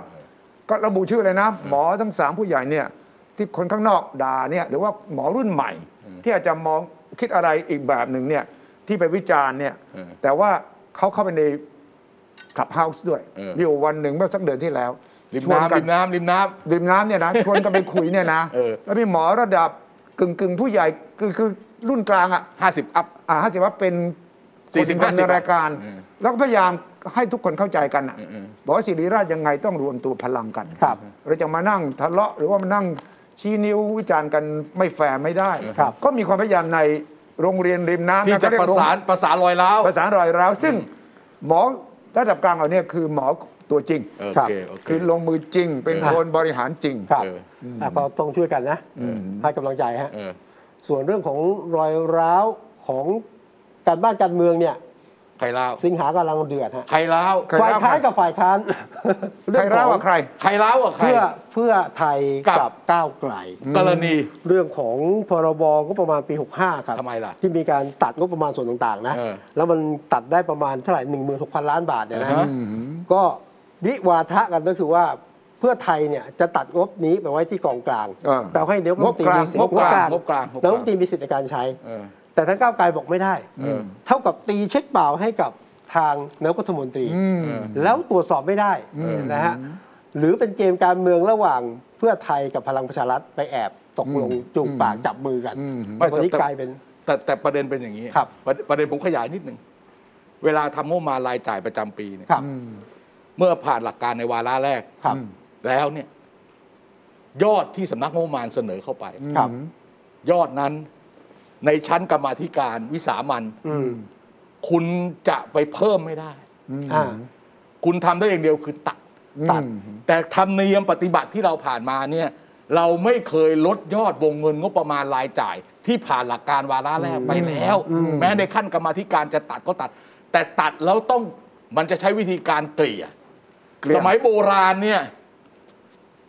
ก็ระบุชื่อเลยนะ หมอทั้งสามผู้ใหญ่เนี่ยที่คนข้างนอกด่าเนี่ยหรือว่าหมอรุ่นใหม่ ที่อาจจะมองคิดอะไรอีกแบบหนึ่งเนี่ยที่ไปวิจารณ์เนี่ย เออ แต่ว่าเขาเข้าไปในคลับเฮาส์ด้วย เออ มีอยู่วันหนึ่งเมื่อสักเดือนที่แล้ว ริม ชวกั น้ำริมน้ำริมน้ ดื่มน้ำเนี่ยนะ ชวนกันไปคุยเนี่ยนะ เออ แล้วมีหมอระดับกึ่งกึ่งๆผู้ใหญ่คือคือรุ่นกลางอ่ะ ำห้าสิบอัพ อ่าห้าสิบว่าเป็น 40 คนดำเนินรายการ แล้วก็พยายามให้ทุกคนเข้าใจกันอ่ะบอกว่าสิริราชยังไงต้องรวมตัวพลังกัน ครับ เราจะมานั่งทะเลาะหรือว่ามานั่งชี้นิ้ววิจารณ์กันไม่แฟร์ไม่ได้ ครับ ก็มีความพยายามในโรงเรียนริมน้ำน ที่จะ ก็เยก ประ โง สานประสานรอยร้าว ภาษารอยร้าวซึ่งหมอระดับกลางเราเนี่ยคือหมอตัวจริง โอ ครับ เคโอเค คือลงมือจริง เป็น เออ คนบริหารจริง ครับ เออ อ่ะก็ต้องช่วยกันนะให้กำลังใจฮะ เออ ส่วนเรื่องของรอยร้าวของการบ้านการเมืองเนี่ย ใครร้าว สิงหากำลังเดือดฮะ ใครร้าว ใคร ฝ่าย ร้าว ค้าน ใคร กับฝ่ายค้าน ใครร่าว่าใคร ใครร้าวอ่ะใคร เพื่อเพื่อไทย กับ กับก้าวไกล กรณี เรื่องของพรบงบประมาณปี 65 ครับ ทำไมล่ะ ที่มีการตัดงบประมาณส่วนต่าง ๆ นะ เออ แล้วมันตัดได้ประมาณเท่าไหร่16,000 ล้านบาทเนี่ยนะ อ่าฮะ ก็วิวาทะกันก็คือว่าเพื่อไทยเนี่ยจะตัดงบนี้ไปไว้ที่กองกลาง อ่า แปลว่าให้เดี๋ยว งบกลาง รัฐมนตรีมีสิทธิ์ งบกลางงง บบ ก ก ลา ลาง ง แล้วรัฐมนตรีมีสิทธิ์ในการใช้ เออ แต่ทางก้าวไกลบอกไม่ได้ เออ เท่ากับตีเช็คเปล่าให้กับทางนายกรัฐมนตรี อืม แล้วตรวจสอบไม่ได้นะฮะหรือเป็นเกมการเมืองระหว่างเพื่อไทยกับพลังประชารัฐไปแอบตกลงจูงปากจับมือกัน อืม แต่วันนี้กแต่แต่ลายเป็น แต่แต่ประเด็นเป็นอย่างนี้ ครับ ประเด็นประเด็นผมขยายนิดหนึ่งเวลาทำงบประมาณรายจ่ายประจำปีเนี่ย ครับ เมื่อผ่านหลักการในวาระแรก ครับ แล้วเนี่ยยอดที่สำนักงบประมาณเสนอเข้าไป ครับ ยอดนั้นในชั้นกรรมาธิการวิสามัน อืม คุณจะไปเพิ่มไม่ได้ อ่า คุณทำได้อย่างเดียวคือตัด ตัด แต่ทำเนียมปฏิบัติที่เราผ่านมาเนี่ยเราไม่เคยลดยอดวงเงินงบประมาณรายจ่าย ที่ผ่านหลักการวาระแรกไปแล้ว แม้ในขั้นกรรมาธิการจะตัดก็ตัด แต่ตัดแล้วต้องมันจะใช้วิธีการเกลี่ย เกลี่ย สมัยโบราณเนี่ย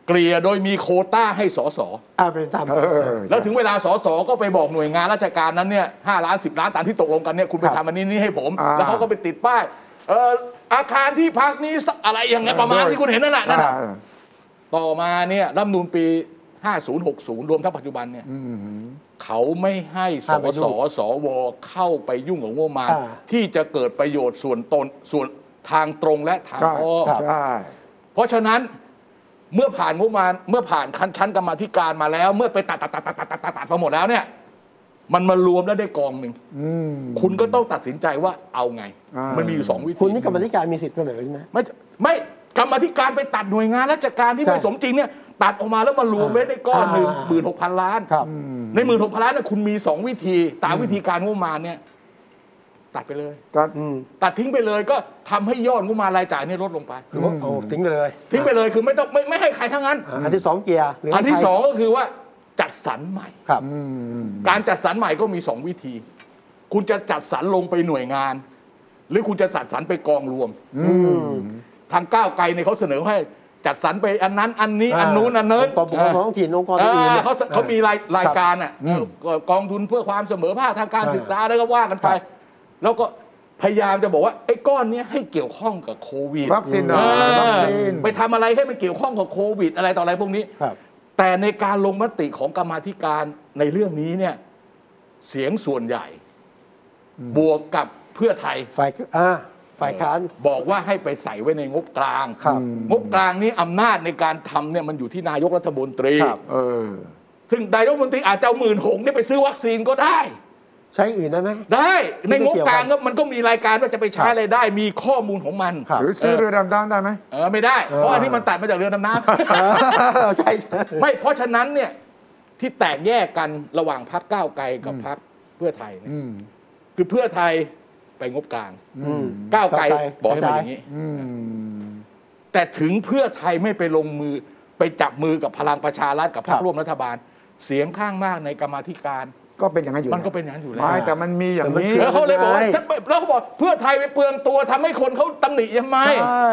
เกลี่ยโดยมีโควต้าให้สส อ่าเป็นตาม เออ แล้วถึงเวลาสสก็ไปบอกหน่วยงานราชการนั้นเนี่ยห้าล้านสิบล้านตามที่ตกลงกันเนี่ยคุณไปทำอันนี้นี่ให้ผม อ่า แล้วเขาก็ไปติดป้ายเอ่ออาคารที่พักนี้สักอะไรอย่างเงี้ยประมาณที่คุณเห็นนั่นแหละนั่นแหละ อ่า ต่อมาเนี่ยรัฐธรรมนูลปี 50 60 รวมทั้งปัจจุบันเนี่ยเขาไม่ให้สสสวเข้าไปยุ่งกับงบประมาณ อ่า ที่จะเกิดประโยชน์ส่วนตนส่วนทางตรงและทาง ใช่ อ้อม ใช่ เพราะฉะนั้นเมื่อผ่านงบประมาณเมื่อผ่านขั้นชั้นกรรมาธิการมาแล้ว เมื่อไปตัดตัดตัดตัดตัดตัดตัดมาหมดแล้วเนี่ย มันมารวมแล้วได้กองหนึ่ง อืม คุณก็ต้องตัดสินใจว่าเอาไง อ่ามั มันมีอยู่สองวิธี คุณนี่กรรมธิการมีสิทธิ์เสนอใช่ไหม ไม่ไม่กรรมาธิการไปตัดหน่วยงานราชการที่ ครับ ไม่สมจริงเนี่ยตัดออกมาแล้วมารวมไว้ได้ก้อนหนึ่ง อ่า หมื่นหกพันล้าน ครับ ในหมื่นหกพันล้านเนี่ยคุณมีสองวิธี ตามวิธีการงบประมาณเนี่ยตัดไปเลย ก็ อืม ตัดทิ้งไปเลยก็ทำให้ยอดงบประมาณรายจ่ายเนี่ยลดลงไป คือว่าเอาทิ้งไปเลย ทิ้งไปเลยคือไม่ต้องไม่ไม่ให้ใครทั้งนั้น อ่าอันที่สองเกียร์หรื อันที่ ให้ใคร สองก็คือว่าจัดสรรใหม่ ครับ การจัดสรรใหม่ก็มีสองวิธี คุณจะจัดสรรลงไปหน่วยงาน หรือคุณจะจัดสรรไปกองรวม อืม ทางก้าวไกลเนี่ยเขาเสนอให้จัดสรรไปอันนั้น อันนี้อันนู้นอันเนิน องค์กรปกครองท้องถิ่นองค์กร เอ อื่น อ นี่ย เขาเขามีรายรายการอ่ะเออกองทุนเพื่อความเสมอภาคทางการ อ่า ศึกษาแล้วก็ว่ากันไป ครับ แล้วก็พยายามจะบอกว่าไอ้ก้อนเนี้ยให้เกี่ยวข้องกับโควิด วัคซีนหน่อย เออ วัคซีน ไปทำอะไรให้มันเกี่ยวข้องกับโควิด อะไรต่ออะไรพวกนี้ ครับ แต่ในการลงมติของกรรมาธิการในเรื่องนี้เนี่ยเสียงส่วนใหญ่ บวกกับเพื่อไทย ฝ่ายอ่าฝ่ายค้าน บอกว่าให้ไปใส่ไว้ในงบกลาง ครับ งบกลางนี้อำนาจในการทำเนี่ยมันอยู่ที่นายกรัฐมนตรี ครับ เออ ซึ่งนายกรัฐมนตรีอาจจะเอาหมื่นหกเนี่ยไปซื้อวัคซีนก็ได้ ใช้อื่นได้ไหม ได้ในงบกลาง ไม่เกี่ยวกัน ก็มันก็มีรายการว่าจะไปใช้ ครับ อะไรได้ มีข้อมูลของมัน ครับ หรือซื้อเรือดำน้ำได้ไหม เออไม่ได้ เพราะอันนี้มันตัดมาจากเรือดำน้ำ ใช่ใช่ ไม่เพราะฉะนั้นเนี่ยที่แตกแยกกันระหว่างพรรคก้าวไกลกับพรรคเพื่อไทยเนี่ย อืม คือเพื่อไทยไปงบกลาง อืม ก้าวไกล ก้าวไกล บอกให้ ก มา ระจาย อย่างนี้ อืม แต่ถึงเพื่อไทยไม่ไปลงมือไปจับมือกับพลังประชารัฐกับพรร ครั ค บ ร่วมรัฐบาล เสียงข้างมากในกรรมาธิการ ก็เป็นอย่างนั้นอยู่ มันก็เป็นอย่างนั้นอยู่แล้ว ไม่แต่มันมีอย่างนี้ แล้วเขาเลยบอกว่า ไม่ ถ้าแล้วเขาบอกเพื่อไทยไปเปลืองตัวทำให้คนเขาตำหนิทำไม ใช่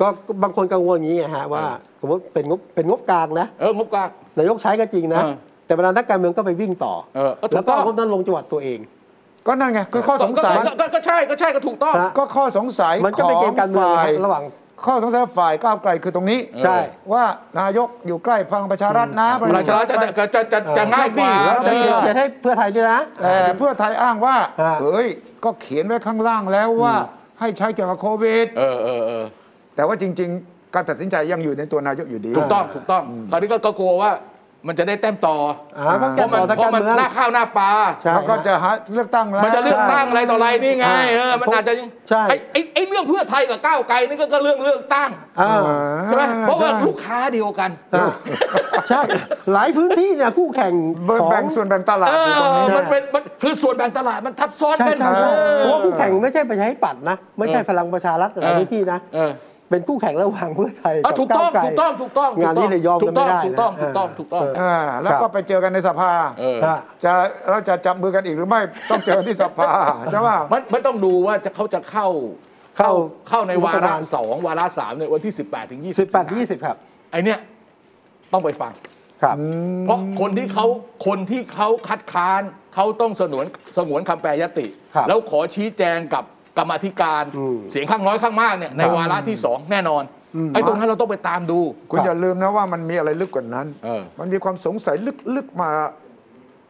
ก็ก็บางคนกังวลอย่างนี้ไงฮะว่าสมมติเป็นงบเป็นงบกลางนะ เอองบกลาง นายกใช้ก็จริงนะ เออ แต่เวลานักการเมืองก็ไปวิ่งต่อ เออก็ถูก แล้วก็ ต้อง งบนั้นลงจังหวัดตัวเอง ก็นั่นไงคือข้อสงสัย ก็ก็ก็ใช่ก็ใช่ก็ถูกต้อง ฮะ ก็ข้อสงสัย มันก็ ขอ เป็นเกม ง การเมือง ฝ่าย นะระหว่าง ข้อสงสัยฝ่ายก้าวไกลคือตรงนี้ ใช่ ว่านายกอยู่ใกล้พลังประชารัฐนะ ประชารัฐจะจะจะจะจะง่ายกว่า แล้วจะ เอ เขียน อ เขียนให้เพื่อไทยด้วยนะ แต่เพื่อไทยอ้างว่า ฮะ เอ้ย ก็เขียนไว้ข้างล่างแล้วว่าให้ใช้เกี่ยวกับโควิด เออเออเออ แต่ว่าจริง ๆ การตัดสินใจยังอยู่ในตัวนายกอยู่ดี ถูกต้องถูกต้อง คราวนี้ก็ก็กลัวว่ามันจะได้แต้มต่อ อ่าเพราะ เพ แก ราะต่อทางการมันเพราะมัน เมือง หน้าข้าวหน้าปลา ใช่ แล้วก็จะหาเลือกตั้งแล้ว มันจะเลือกตั้งอะไรต่ออะไรนี่ไงเออมันอาจจะ ใช่ ไอ้ไอ้ไอ้เรื่องเพื่อไทยกับก้าวไกลนี่ก็ก็เรื่องเลือกตั้ง อ่า ใช่ไหมเพราะว่า ใช่ ลูกค้าเดียวกัน อ่าใช่ หลายพื้นที่เนี่ยคู่แข่ง เบอ ข ร์ อง แบ่งส่วนแบ่งตลาด เอ อยู่ตรง อ นี้ มันเป็นมันคือส่วนแบ่งตลาดมันทับซ้อน ใช่ กัน ใช่ใช่ เออ เพราะว่าคู่แข่งไม่ใช่ประชาธิปัตย์นะ ไม่ใช่พลังประชารัฐหลายพื้นที่นะ เออ เป็นคู่แข่งระหว่างเพื่อไทย เอา กับ ถูกต้อง าวไ ถูกต้องถูกต้อง งานนี้เลยยอม ถู กั ก น ต้ ไม่ อง ได้ ถูกต้อง นะ ถูกต้องถูกต้อง เ อ่าแล้วก็ไปเจอกันในสภา เออ ฮะ จะเราจะจับมือกันอีกหรือไม่ต้องเจอที่สภา ใช่ป่ะ มันมันต้องดูว่าจะเขาจะเข้า เข้า เข้าในวา รัฐ ระ บาล สองวาระสามเนี่ยวันที่ 18 ถึง 20 สิบแปดยี่สิบครับ ไอเนี้ยต้องไปฟัง ครับ เพราะคนที่เขาคนที่เขาคัดค้านเขาต้องสนวนสงวนคำแปรยติ ครับ แล้วขอชี้แจงกับกรรมาธิการ อืม เสียงข้างน้อยข้างมากเนี่ยในวาระที่สองแน่นอน ไอ้ตรงนั้นเราต้องไปตามดู คุณ ครับ อย่าลืมนะว่ามันมีอะไรลึกกว่านั้น เออ มันมีความสงสัยลึกๆมา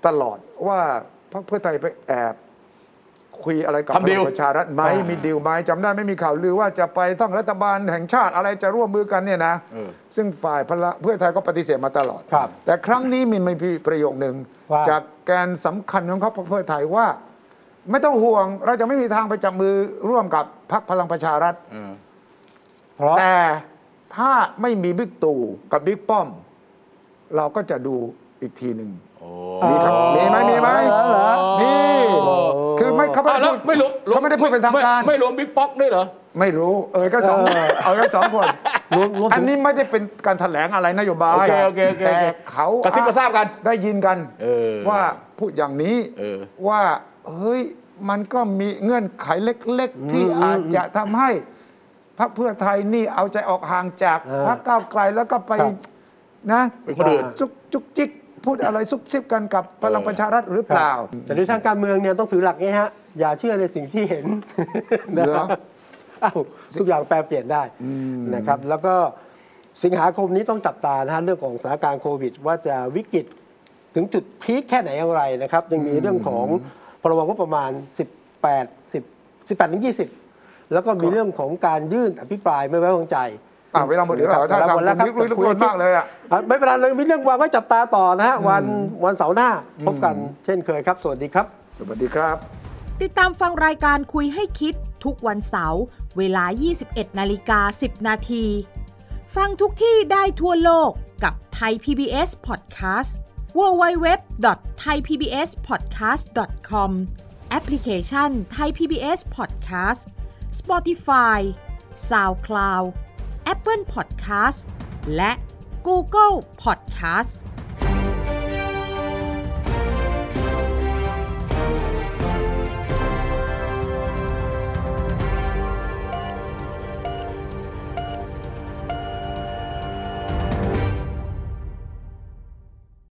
ตลอดว่าพรรคเพื่อไทยไปแอบ คุยอะไรกับพ ทำดี ลั ล งประชารัฐไหมมีดีลไหมจำได้ไม่มีข่าวลือว่าจะไปตั้งรัฐบาลแห่งชาติอะไรจะร่วมมือกันเนี่ยนะ ซึ่งฝ่ายพละเพื่อไทยก็ปฏิเสธมาตลอด ครับ แต่ครั้งนี้มันมีประโยคหนึ่ง ว่า จากแกนสำคัญของเขาพรรคเพื่อไทยว่า ไม่ต้องห่วงเราจะไม่มีทางไปจับมือร่วมกับพรรคพลังประชารัฐ เพราะ แต่ถ้าไม่มีบิ๊กตู่กับบิ๊กป้อม เราก็จะดูอีกทีหนึ่งมีครับมีไหมมีไหม เหรอเหรอ มีคือไม่เขาไม่ อ้าว ได้ แล้ว พูด ไม่รู้ เขาไม่ได้พูดเป็นทางการ ไม่ไม่รวมบิ๊กป๊อกด้วยเหรอ ไม่รู้ เออก็สอง เออ เออก็สองคน รวมรวม อัน ถึง นี้ไม่ได้เป็นการแถลงอะไรนโยบาย โอเคโอเคโอเค แต่ โอเค เขา กระซิบกระซาบกัน ได้ยินกัน เออ ว่าพูดอย่างนี้ เออ ว่าเฮ้ยมันก็มีเงื่อนไขเล็กๆ ที่อาจจะทำให้พรรคเพื่อไทยนี่เอาใจออกห่างจาก เออ พรรคก้าวไกลแล้วก็ไป ครับ นะ เป็นคนอื่น จุกจุกจิกพูดอะไรซุบซิบกันกับพลังประชารัฐหรือเปล่า แต่ในทางการเมืองเนี่ยต้องถือหลักนี้ฮะ อย่าเชื่อในสิ่งที่เห็น *laughs* นะครับ เหรอ อ้าวทุกอย่างแปลเปลี่ยนได้นะครับ แล้วก็สิงหาคมนี้ต้องจับตานะฮะเรื่องของสถานการณ์โควิด ว่าจะวิกฤตถึงจุดพีคแค่ไหนอย่างไรนะครับ ยังมีเรื่องของพรบงบประมาณ 18 10 18ถึง20 แล้วก็มีเรื่องของการยื่นอภิปรายไม่ไว้วางใจ อ่ะเวลาหมดแล้วเหรอถ้า เวลา ทำ หม คุณดแล้วครับ ลุกลุกลนมากเลยอ่ะ อ่ะไม่เป็นไรเลยมีเรื่องวางไว้จับตาต่อนะฮะวันวันเสาร์หน้าพบกันเช่นเคยครับ สวัสดีครับ สวัสดีครับ ติดตามฟังรายการคุยให้คิดทุกวันเสาร์เวลา 21 นาฬิกา 10 นาที ฟังทุกที่ได้ทั่วโลกกับ ไทย PBS Podcast www.thaipbspodcast.com แอปพลิเคชัน ไทย PBS Podcast Spotify SoundCloud Apple Podcast และ Google Podcast